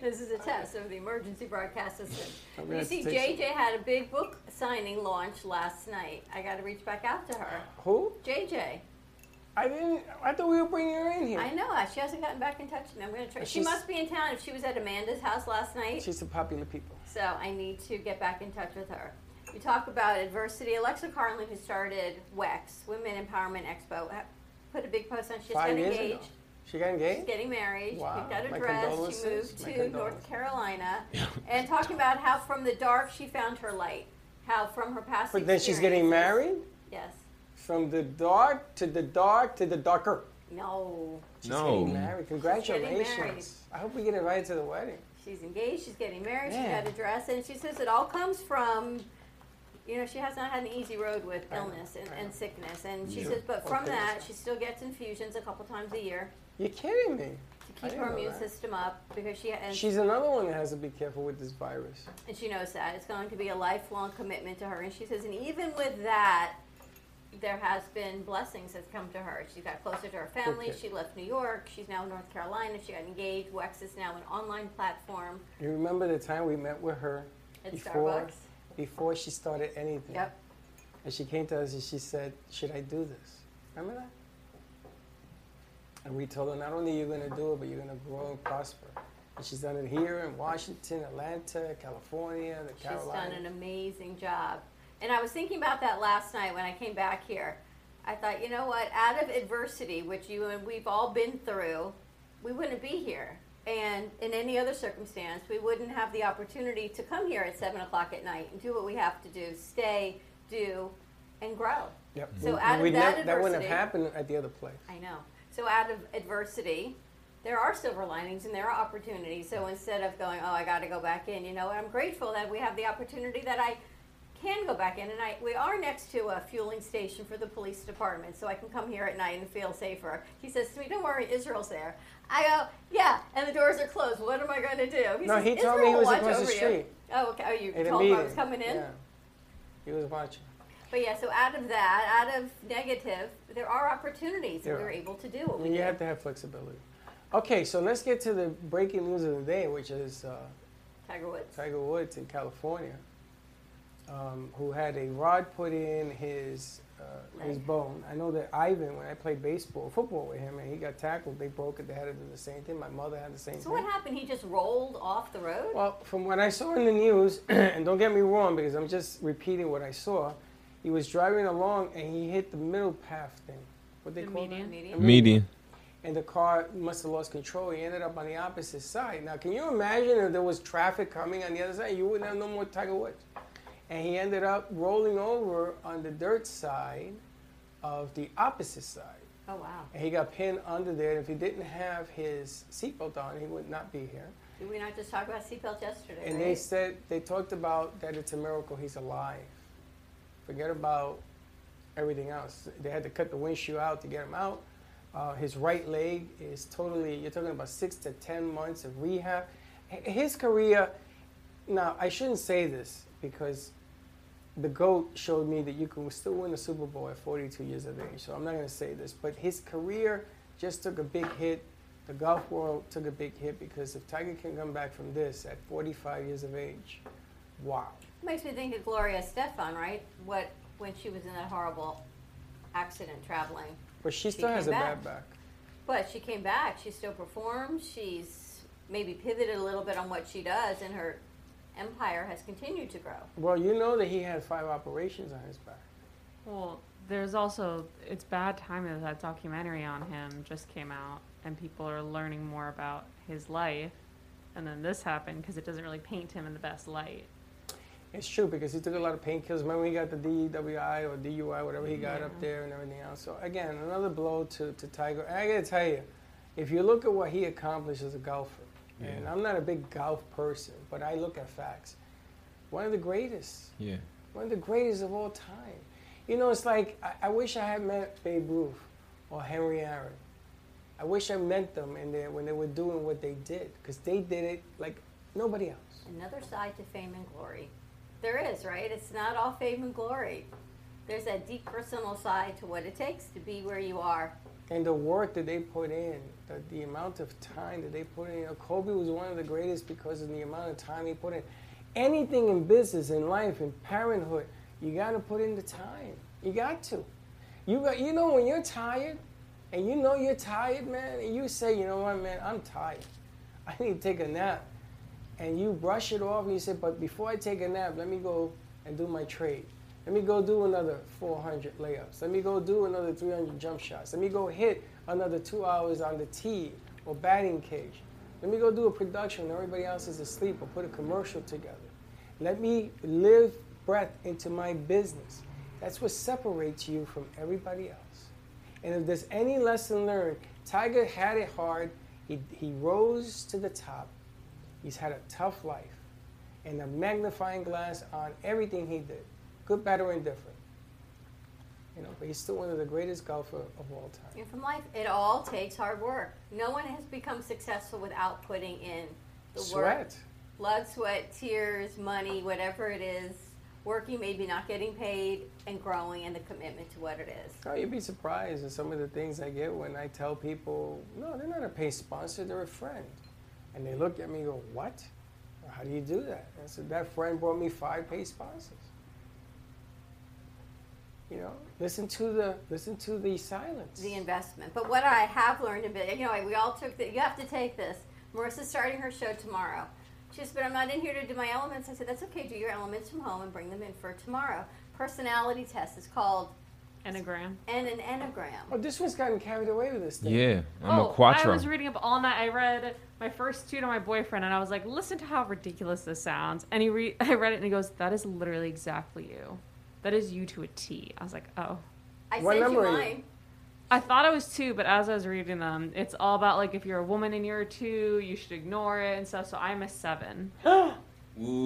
Speaker 4: This is a test of the emergency broadcast system.
Speaker 2: I'm gonna
Speaker 4: You see,
Speaker 2: have to take
Speaker 4: JJ had a big book signing launch last night. I got to reach back out to her.
Speaker 2: Who?
Speaker 4: JJ.
Speaker 2: I didn't. I thought we were bringing her in here.
Speaker 4: I know. uh, She hasn't gotten back in touch with me. I'm going to try.
Speaker 2: But
Speaker 4: She
Speaker 2: she's-
Speaker 4: must be in town if she was at Amanda's house last night.
Speaker 2: She's a popular people.
Speaker 4: So I need to get back in touch with her. You talk about adversity. Alexa Carlin, who started WEX, Women Empowerment Expo, ha- put a big post on. She just got
Speaker 2: Five years
Speaker 4: engaged.
Speaker 2: ago. She got engaged.
Speaker 4: She's getting married.
Speaker 2: Wow.
Speaker 4: She picked out
Speaker 2: My
Speaker 4: a dress. She
Speaker 2: condolences.
Speaker 4: moved
Speaker 2: My
Speaker 4: to North Carolina. and talking about how from the dark she found her light. How from her past.
Speaker 2: But then she's getting
Speaker 4: experiences-
Speaker 2: married
Speaker 4: Yes.
Speaker 2: from the dark to the dark to the darker.
Speaker 4: No.
Speaker 2: She's
Speaker 9: No.
Speaker 2: getting married.
Speaker 4: She's getting married.
Speaker 2: Congratulations. I hope we get invited to the wedding.
Speaker 4: She's engaged. She's getting married. She's
Speaker 2: Man.
Speaker 4: got a dress, and she says it all comes from, you know, she has not had an easy road with illness and, and sickness, and she
Speaker 2: Yeah.
Speaker 4: says, but from
Speaker 2: Okay.
Speaker 4: that, she still gets infusions a couple times a year
Speaker 2: You're kidding me.
Speaker 4: to
Speaker 2: I
Speaker 4: keep
Speaker 2: didn't
Speaker 4: her
Speaker 2: know
Speaker 4: immune
Speaker 2: that.
Speaker 4: system up because she and
Speaker 2: She's another one that has to be careful with this virus.
Speaker 4: and she knows that it's going to be a lifelong commitment to her, and she says, and even with that. There has been blessings that's come to her. She got closer to her family.
Speaker 2: Okay.
Speaker 4: She left New York. She's now in North Carolina. She got engaged. Wex is now an online platform.
Speaker 2: You remember the time we met with her
Speaker 4: At
Speaker 2: before
Speaker 4: Starbucks?
Speaker 2: before she started anything.
Speaker 4: Yep.
Speaker 2: And she came to us and she said, Should I do this? Remember that? And we told her, Not only are you going to do it, but you're going to grow and prosper. And she's done it here in Washington, Atlanta, California, the
Speaker 4: She's done an
Speaker 2: Carolinas.
Speaker 4: amazing job. And I was thinking about that last night when I came back here. I thought, you know what? Out of adversity, which you and we've all been through, we wouldn't be here. And in any other circumstance, we wouldn't have the opportunity to come here at seven o'clock at night and do what we have to do, stay, do, and grow.
Speaker 2: Yep.
Speaker 4: So out of
Speaker 2: We'd
Speaker 4: that
Speaker 2: nev- that wouldn't
Speaker 4: adversity-
Speaker 2: have happened at the other place.
Speaker 4: I know. So out of adversity, there are silver linings and there are opportunities. So instead of going, oh, I got to go back in, you know, I'm grateful that we have the opportunity that I can go back in, and I we are next to a fueling station for the police department, so I can come here at night and feel safer. He says to me, "Don't worry, Israel's there." I go, "Yeah," and the doors are closed. What am I going to do?
Speaker 2: No,
Speaker 4: says,
Speaker 2: he told
Speaker 4: "Israel
Speaker 2: me he
Speaker 4: will
Speaker 2: was
Speaker 4: watch
Speaker 2: across the
Speaker 4: over you."
Speaker 2: street.
Speaker 4: Oh, okay. Oh, you
Speaker 2: At a
Speaker 4: told him I was
Speaker 2: meeting,
Speaker 4: coming in.
Speaker 2: yeah. He was watching.
Speaker 4: But yeah, so out of that, out of negative, there are opportunities that
Speaker 2: Yeah.
Speaker 4: we're able to do what we
Speaker 2: And you
Speaker 4: do.
Speaker 2: have to have flexibility. Okay, so let's get to the breaking news of the day, which is uh,
Speaker 4: Tiger Woods.
Speaker 2: Tiger Woods in California, um, who had a rod put in his uh, his
Speaker 4: Leg.
Speaker 2: bone. I know that Ivan, when I played baseball, football with him, and he got tackled, they broke it. They had to do the same thing. My mother had the same
Speaker 4: So
Speaker 2: thing.
Speaker 4: what happened? He just rolled off the road.
Speaker 2: Well, from what I saw in the news, and don't get me wrong because I'm just repeating what I saw, he was driving along and he hit the middle path thing. What they
Speaker 6: The
Speaker 2: call
Speaker 6: median.
Speaker 2: that?
Speaker 6: Median.
Speaker 2: The
Speaker 9: Median.
Speaker 2: And the car must have lost control. He ended up on the opposite side. Now, can you imagine if there was traffic coming on the other side? You wouldn't have no more Tiger Woods. And he ended up rolling over on the dirt side of the opposite side.
Speaker 4: Oh wow!
Speaker 2: And he got pinned under there. And if he didn't have his seatbelt on, he would not be here.
Speaker 4: Did we not just talk about seatbelts yesterday?
Speaker 2: And
Speaker 4: right?
Speaker 2: they said they talked about that it's a miracle he's alive. Forget about everything else. They had to cut the windshield out to get him out. Uh, his right leg is totally. You're talking about six to ten months of rehab. H- His career. Now I shouldn't say this because the goat showed me that you can still win the Super Bowl at 42 years of age. So I'm not going to say this, but his career just took a big hit. The golf world took a big hit because if Tiger can come back from this at 45 years of age, wow.
Speaker 4: Makes me think of Gloria Stefan, right? What when she was in that horrible accident traveling.
Speaker 2: But she still has a
Speaker 4: came
Speaker 2: bad back.
Speaker 4: But she came back. She still performs. She's maybe pivoted a little bit on what she does, and her empire has continued to grow.
Speaker 2: Well, you know that he had five operations on his back.
Speaker 6: Well, there's also it's bad timing that that documentary on him just came out, and people are learning more about his life, and then this happened because it doesn't really paint him in the best light.
Speaker 2: It's true because he took a lot of painkillers. Remember, he got the DWI or DUI, whatever he got up there and everything else. So, again, another blow to, to Tiger. And I got to tell you, if you look at what he accomplished as a golfer, and
Speaker 9: Yeah.
Speaker 2: I'm not a big golf person, but I look at facts, one of the greatest,
Speaker 9: Yeah.
Speaker 2: one of the greatest of all time. You know, it's like, I, I wish I had met Babe Ruth or Henry Aaron. I wish I met them in there when they were doing what they did because they did it like nobody else.
Speaker 4: Another side to fame and glory. There is, right? It's not all fame and glory. There's that deep personal side to what it takes to be where you are.
Speaker 2: and the work that they put in, the, the amount of time that they put in. You know, Kobe was one of the greatest because of the amount of time he put in. Anything in business, in life, in parenthood, you got to put in the time. You got to. You got. You know when you're tired, and you know you're tired, man, and you say, you know what, man, I'm tired. I need to take a nap, and you brush it off, and you say, but before I take a nap, let me go and do my trade. Let me go do another 400 layups. Let me go do another 300 jump shots. Let me go hit another two hours on the tee or batting cage. Let me go do a production when everybody else is asleep or put a commercial together. Let me live breath into my business. That's what separates you from everybody else. And if there's any lesson learned, Tiger had it hard. He, he rose to the top. He's had a tough life and a magnifying glass on everything he did, good, bad, or indifferent. You know, but he's still one of the greatest golfer of all time.
Speaker 4: And from life, it all takes hard work. No one has become successful without putting in the work.
Speaker 2: Sweat.
Speaker 4: Blood, sweat, tears, money, whatever it is, working, maybe not getting paid, and growing and the commitment to what it is.
Speaker 2: Oh, you'd be surprised at some of the things I get when I tell people, no, they're not a paid sponsor, they're a friend. And they look at me and go, what? How do you do that? And I said, that friend brought me five paid sponsors. You know, listen to the listen to the silence.
Speaker 4: the investment. But what I have learned, and you know, we all took that. You have to take this. Marissa's starting her show tomorrow. She says, "But I'm not in here to do my elements." I said, "That's okay. Do your elements from home and bring them in for tomorrow." Personality test is called
Speaker 6: Enneagram.
Speaker 4: and an enneagram.
Speaker 2: Oh, this one's gotten carried away with this thing.
Speaker 9: Yeah, I'm
Speaker 6: oh,
Speaker 9: a quattro.
Speaker 6: I was reading up all night. I read my first two to my boyfriend, and I was like, "Listen to how ridiculous this sounds." And he, re- I read it, and he goes, "That is literally exactly you. That is you to a T." I was like, "Oh."
Speaker 4: I What sent you number are you? mine.
Speaker 6: I thought I was two, but as I was reading them, it's all about like if you're a woman and you're a two, you should ignore it and stuff. So I'm a seven. I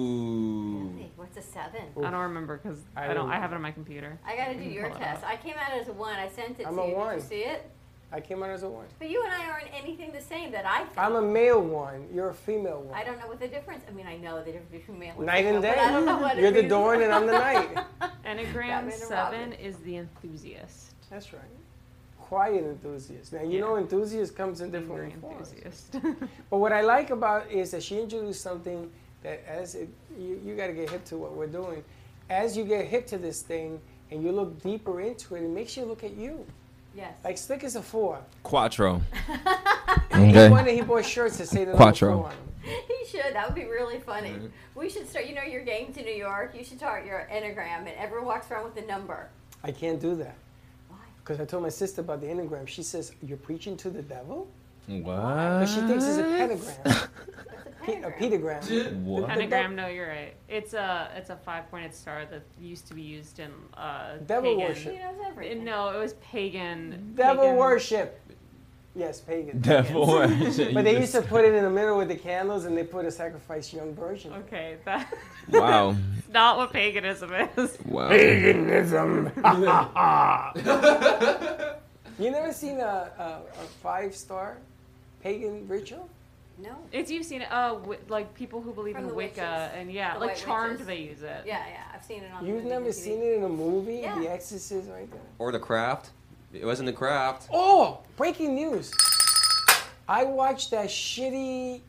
Speaker 8: Ooh.
Speaker 4: Hey, What's a seven?
Speaker 6: don't remember because
Speaker 4: I
Speaker 6: I, don't.
Speaker 4: don't-
Speaker 6: I have it on my computer.
Speaker 4: I gotta do
Speaker 6: can
Speaker 4: your
Speaker 6: pull it
Speaker 4: test.
Speaker 6: up.
Speaker 4: I came out as a one. I sent it
Speaker 2: I'm
Speaker 4: to
Speaker 2: a
Speaker 4: you.
Speaker 2: one.
Speaker 4: Did you see it?
Speaker 2: I came out as a one.
Speaker 4: But you and I aren't anything the same that I think.
Speaker 2: I'm a male one. You're a female one.
Speaker 4: I don't know what the difference. I mean, I know the difference between male and
Speaker 2: Night and
Speaker 4: female,
Speaker 2: day.
Speaker 4: But I don't know what it
Speaker 2: You're the
Speaker 4: is.
Speaker 2: dawn and I'm the night.
Speaker 6: Enneagram
Speaker 2: Batman and
Speaker 6: seven is the enthusiast.
Speaker 2: That's right. Quiet enthusiast. Now you know enthusiast comes in different forms.
Speaker 6: enthusiast.
Speaker 2: but what I like about is that she introduced something that as it, you, you got to get hip to what we're doing. As you get hip to this thing and you look deeper into it, it makes you look at you.
Speaker 4: Yes.
Speaker 2: Like Slick is a four.
Speaker 9: Quattro.
Speaker 2: No
Speaker 9: okay.
Speaker 2: wonder he bought shirts that say the number
Speaker 9: Quattro.
Speaker 2: four on them.
Speaker 4: He should. That would be really funny. We should start. You know, you're getting to New York. You should start your enneagram, and everyone walks around with a number.
Speaker 2: I can't do that. Because I told my sister about the enneagram. She says, You're preaching to the devil?
Speaker 9: What?
Speaker 2: Because she thinks it's a pentagram. Pe- a pentagram.
Speaker 9: What?
Speaker 2: The- the
Speaker 6: Pentagram, no, you're right. It's a it's a five pointed star that used to be used in uh,
Speaker 2: Devil
Speaker 6: pagan- Uh,
Speaker 2: worship. He
Speaker 6: No, it was pagan.
Speaker 2: Devil
Speaker 6: pagan-
Speaker 2: worship. Yes, pagan.
Speaker 9: Devil worship.
Speaker 2: but they used to put it in the middle with the candles and they put a sacrifice young version.
Speaker 6: Okay, that.
Speaker 9: Wow.
Speaker 6: It's not what paganism is.
Speaker 9: Wow.
Speaker 2: Paganism. you never seen a, a, a five star pagan ritual?
Speaker 4: No.
Speaker 6: It's you've seen it, uh, wi- like people who believe
Speaker 4: From
Speaker 6: in
Speaker 4: the
Speaker 6: Wicca
Speaker 4: witches.
Speaker 6: and yeah,
Speaker 4: The
Speaker 6: like
Speaker 4: white
Speaker 6: Charmed,
Speaker 4: witches.
Speaker 6: they use it.
Speaker 4: Yeah, yeah. I've seen it on.
Speaker 2: You've
Speaker 4: the
Speaker 2: never
Speaker 4: TV.
Speaker 2: seen it in a movie?
Speaker 4: Yeah.
Speaker 2: The Exorcist, right there.
Speaker 8: Or the craft. It wasn't the craft.
Speaker 2: Oh, breaking news. I watched that shitty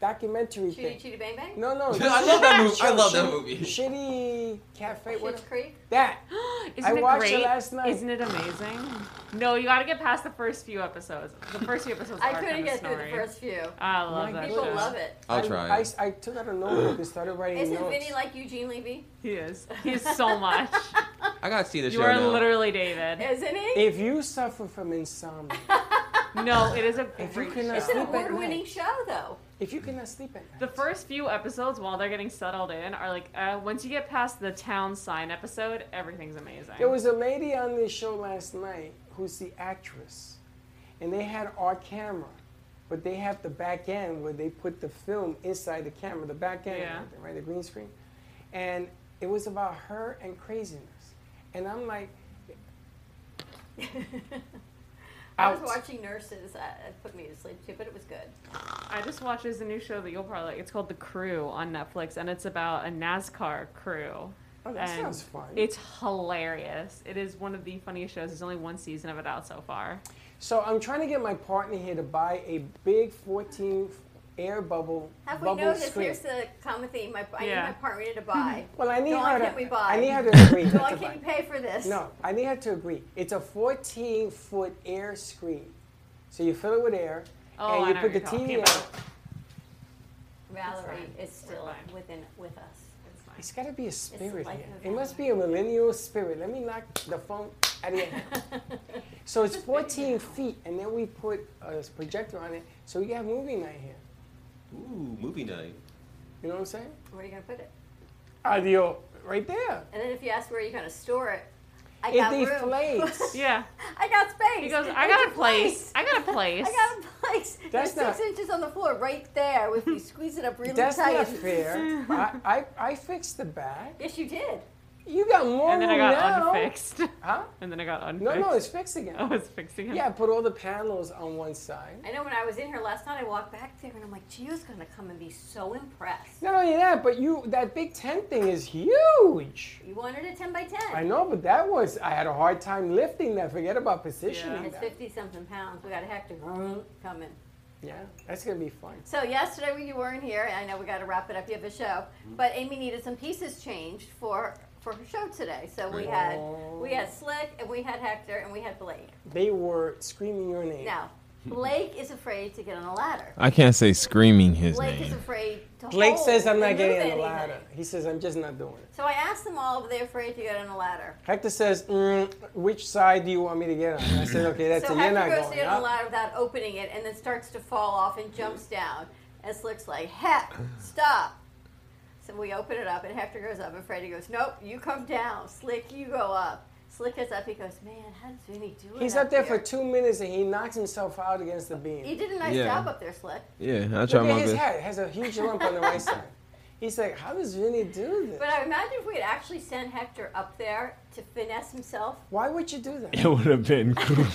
Speaker 2: documentary
Speaker 4: Chitty
Speaker 2: thing.
Speaker 4: Chitty Bang Bang.
Speaker 2: No, no.
Speaker 8: I love that movie. I
Speaker 2: Shitty-
Speaker 8: love that movie.
Speaker 2: Shitty cafe. What
Speaker 4: Schitt's Creek.
Speaker 2: that?
Speaker 6: Isn't
Speaker 2: I
Speaker 6: it
Speaker 2: watched
Speaker 6: great?
Speaker 2: it last night.
Speaker 6: Isn't it amazing? No, you got to get past the first few episodes. The first few episodes.
Speaker 4: I
Speaker 6: are
Speaker 4: couldn't
Speaker 6: kinda
Speaker 4: get through the
Speaker 6: snoring.
Speaker 4: first few.
Speaker 6: I love
Speaker 2: My
Speaker 6: that.
Speaker 4: People
Speaker 6: show.
Speaker 4: love it.
Speaker 8: I'll
Speaker 2: I-
Speaker 8: try.
Speaker 2: I, I took out a notebook and started writing
Speaker 4: Isn't
Speaker 2: notes.
Speaker 4: Vinny like Eugene Levy?
Speaker 6: He is. He is so much.
Speaker 8: I gotta see the
Speaker 6: you
Speaker 8: show
Speaker 6: are
Speaker 8: now.
Speaker 6: literally David.
Speaker 4: Isn't he?
Speaker 2: If you suffer from insomnia,
Speaker 6: No, it is a
Speaker 2: If you
Speaker 6: great
Speaker 2: cannot
Speaker 6: show.
Speaker 4: It's an
Speaker 2: Sleep at
Speaker 4: award-winning show, though.
Speaker 2: if you cannot sleep at night,
Speaker 6: The first few episodes, while they're getting settled in, are like uh, once you get past the town sign episode, everything's amazing.
Speaker 2: there was a lady on this show last night who's the actress, and they had our camera, but they have the back end where they put the film inside the camera, the back end,
Speaker 6: Yeah.
Speaker 2: right there, right, the green screen, and it was about her and craziness, and I'm like,
Speaker 4: I was
Speaker 2: Out.
Speaker 4: watching Nurses. Uh, it put me to sleep too, but it was good.
Speaker 6: I just watched there's a new show that you'll probably like. It's called The Crew on Netflix, and it's about a NASCAR crew.
Speaker 2: Oh, that
Speaker 6: And
Speaker 2: sounds fun.
Speaker 6: It's hilarious. It is one of the funniest shows. There's only one season of it out so far.
Speaker 2: so I'm trying to get my partner here to buy a big 14 air bubble
Speaker 4: Have we
Speaker 2: bubble
Speaker 4: noticed?
Speaker 2: screen.
Speaker 4: Here's the common theme. My, I
Speaker 6: Yeah.
Speaker 4: need my partner to buy.
Speaker 2: Well, I need
Speaker 4: Dawn,
Speaker 2: her to.
Speaker 4: can we buy?
Speaker 2: I need her to agree. not
Speaker 4: Dawn,
Speaker 2: to
Speaker 4: can
Speaker 2: buy.
Speaker 4: you pay for this?
Speaker 2: No, I need her to agree. It's a 14 foot air screen, so you fill it with air,
Speaker 6: Oh,
Speaker 2: and you
Speaker 6: I know what
Speaker 2: put the
Speaker 6: you're talking
Speaker 2: TV
Speaker 6: about.
Speaker 2: on.
Speaker 4: Valerie is still within with us.
Speaker 2: It's got to be a spirit
Speaker 4: like
Speaker 2: here.
Speaker 4: a
Speaker 2: It must be a millennial spirit. Let me knock the phone out of your hand. so it's 14 feet, and then we put a projector on it, so we can have movie night here.
Speaker 8: Ooh, movie night.
Speaker 2: You know what I'm saying?
Speaker 4: Where are you gonna put it?
Speaker 2: Audio, right there.
Speaker 4: And then if you ask where you're gonna store it, I
Speaker 2: It
Speaker 4: got
Speaker 2: deflates.
Speaker 4: room.
Speaker 6: Yeah.
Speaker 4: I got space.
Speaker 6: He goes, I
Speaker 4: It's
Speaker 6: got a place. I got a place.
Speaker 4: I got a place.
Speaker 2: That's
Speaker 4: There's six
Speaker 2: not-
Speaker 4: inches on the floor right there. If you squeeze it up really
Speaker 2: That's
Speaker 4: tight.
Speaker 2: not fair. I, I, I fixed the back.
Speaker 4: Yes, you did.
Speaker 2: You got more
Speaker 6: and then I
Speaker 2: room
Speaker 6: got
Speaker 2: now.
Speaker 6: unfixed. Oh,
Speaker 2: Huh?
Speaker 6: And then I got unfixed.
Speaker 2: Oh, No, no, it's fixed again.
Speaker 6: I was fixing it.
Speaker 2: Yeah, I put all the panels on one side.
Speaker 4: I know when I was in here last night, I walked back there and I'm like, Gio's gonna come and be so impressed.
Speaker 2: Not only that, but you that big tent thing is huge.
Speaker 4: You wanted a 10 by 10.
Speaker 2: I know, but that was I had a hard time lifting that. Forget about positioning
Speaker 4: It's
Speaker 2: that.
Speaker 4: 50 something pounds. We got a hectic coming.
Speaker 2: Yeah, that's gonna be fun.
Speaker 4: So yesterday when you weren't here, I know we got to wrap it up. You have a show,
Speaker 2: Mm-hmm.
Speaker 4: but Amy needed some pieces changed for for her show today. So we
Speaker 2: Right. Oh.
Speaker 4: had we had Slick and we had Hector and we had Blade.
Speaker 2: They were screaming your name.
Speaker 4: Now Blake is afraid to get on a ladder.
Speaker 9: I can't say screaming his
Speaker 4: Blake is
Speaker 9: name.
Speaker 4: afraid to
Speaker 2: Blake
Speaker 4: hold
Speaker 2: says I'm
Speaker 4: and
Speaker 2: not
Speaker 4: move
Speaker 2: getting on the
Speaker 4: anything.
Speaker 2: ladder. He says I'm just not doing it.
Speaker 4: So I asked them all if they're afraid to get on a ladder.
Speaker 2: Hector says, mm, which side do you want me to get on? I said, okay, that's
Speaker 4: so
Speaker 2: it. You're not
Speaker 4: Hector goes
Speaker 2: going.
Speaker 4: down on a
Speaker 2: up."
Speaker 4: ladder without opening it and then starts to fall off and jumps down. And Slick's like, Heck, stop. So we open it up and Hector goes up and Freddy goes, Nope, you come down. Slick, you go up. Slick is up. He goes, Man, how does Vinny do it?
Speaker 2: He's up there for two minutes and he knocks himself out against the beam.
Speaker 4: He did a nice
Speaker 9: Yeah.
Speaker 4: job up there, Slick.
Speaker 9: Yeah, I
Speaker 2: Look
Speaker 9: try
Speaker 2: at
Speaker 9: my
Speaker 2: his
Speaker 9: best.
Speaker 2: head. It has a huge lump on the right side. He's like, how does Vinny do this?
Speaker 4: But I imagine if we had actually sent Hector up there to finesse himself.
Speaker 2: Why would you do that?
Speaker 9: It would have been. cool.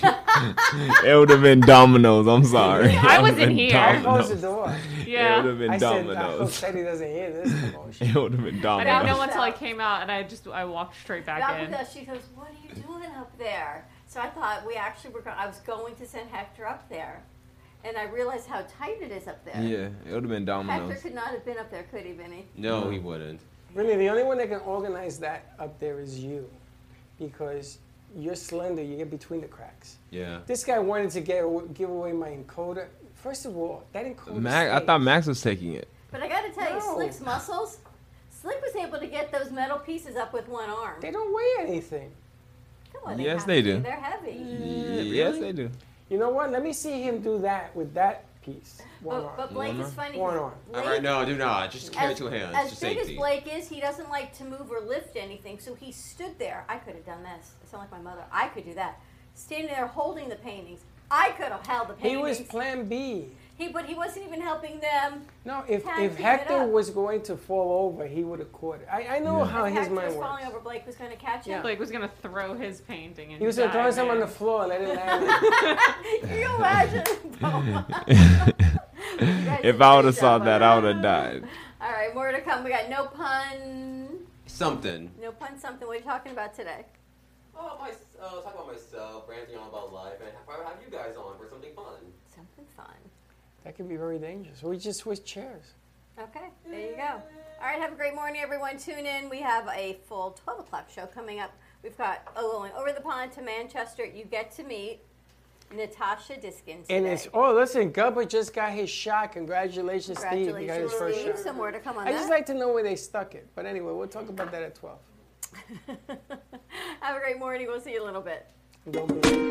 Speaker 9: it would have been dominoes. I'm sorry.
Speaker 2: I
Speaker 9: It would've been
Speaker 2: wasn't here. I closed the
Speaker 9: dominoes.
Speaker 2: door.
Speaker 9: Yeah. It would've been
Speaker 2: I said, I hope
Speaker 9: dominoes.
Speaker 2: Teddy doesn't hear this.
Speaker 9: It would have been
Speaker 6: I
Speaker 9: dominoes.
Speaker 6: didn't know until I came out, and I just I walked straight back
Speaker 4: Not
Speaker 6: in.
Speaker 4: because she goes, What are you doing up there? So I thought we actually were going, I was going to send Hector up there. And I realized how tight it is up there.
Speaker 9: Yeah, it would have been
Speaker 4: Hector
Speaker 9: dominoes.
Speaker 4: could not have been up there, could he, Vinny?
Speaker 8: No, he wouldn't.
Speaker 2: Really, the only one that can organize that up there is you, because you're slender. You get between the cracks.
Speaker 8: Yeah.
Speaker 2: This guy wanted to get aw- give away my encoder. First of all, that encoder.
Speaker 9: Max, I thought Max was taking it.
Speaker 4: But I got to tell
Speaker 2: No.
Speaker 4: you, Slick's muscles, Slick was able to get those metal pieces up with one arm.
Speaker 2: They don't weigh anything.
Speaker 4: Come on,
Speaker 9: Yes,
Speaker 4: have
Speaker 9: they
Speaker 4: to.
Speaker 9: do.
Speaker 4: They're heavy.
Speaker 9: Mm. Yes, they do.
Speaker 2: Mm, You know what? Let me see him do that with that piece. One
Speaker 4: Oh, But,
Speaker 2: arm.
Speaker 4: but Blake
Speaker 9: One
Speaker 4: is
Speaker 9: arm?
Speaker 4: funny.
Speaker 2: One arm.
Speaker 8: All right, no, do not. Just carry
Speaker 4: As-
Speaker 8: two hands
Speaker 4: As
Speaker 8: for
Speaker 4: big
Speaker 8: safety.
Speaker 4: as Blake is, he doesn't like to move or lift anything, so he stood there. I could have done this. I sound like my mother. I could do that. Standing there holding the paintings. I could have held the
Speaker 2: He
Speaker 4: paintings.
Speaker 2: was Plan B.
Speaker 4: He- but he wasn't even helping them.
Speaker 2: No, if,
Speaker 4: Tag
Speaker 2: if
Speaker 4: team it
Speaker 2: Hector
Speaker 4: up.
Speaker 2: was going to fall over, he would have caught it. I, I know
Speaker 6: Yeah.
Speaker 2: how
Speaker 6: If
Speaker 2: his
Speaker 6: Hector
Speaker 2: mind
Speaker 4: was
Speaker 2: works.
Speaker 4: falling over. Blake was going to catch him.
Speaker 6: Blake was gonna throw his painting. And
Speaker 2: He was going to throw
Speaker 6: dive
Speaker 2: some on
Speaker 6: in.
Speaker 2: the floor and let it land.
Speaker 4: Can you imagine?
Speaker 9: if I would have saw that, I would have died.
Speaker 4: All right, more to come. We got no pun.
Speaker 8: Something.
Speaker 4: No pun. Something. What are you talking about today?
Speaker 8: Oh, my, uh, talk about myself, ranting on about life, and probably have you guys on for something fun.
Speaker 4: Something fun.
Speaker 2: That could be very dangerous. We just switched chairs.
Speaker 4: Okay, there you go. All right, have a great morning, everyone. Tune in. We have a full 12 o'clock show coming up. We've got oh, going over the pond to Manchester. You get to meet Natasha Diskins.
Speaker 2: And it's oh listen, Gubba just got his shot. Congratulations, Steve. He got his
Speaker 4: Congratulations,
Speaker 2: first
Speaker 4: Steve.
Speaker 2: shot.
Speaker 4: Some more to come on
Speaker 2: I just
Speaker 4: that.
Speaker 2: like to know where they stuck it. But anyway, we'll talk about that at twelve.
Speaker 4: Have a great morning. We'll see you in a little bit.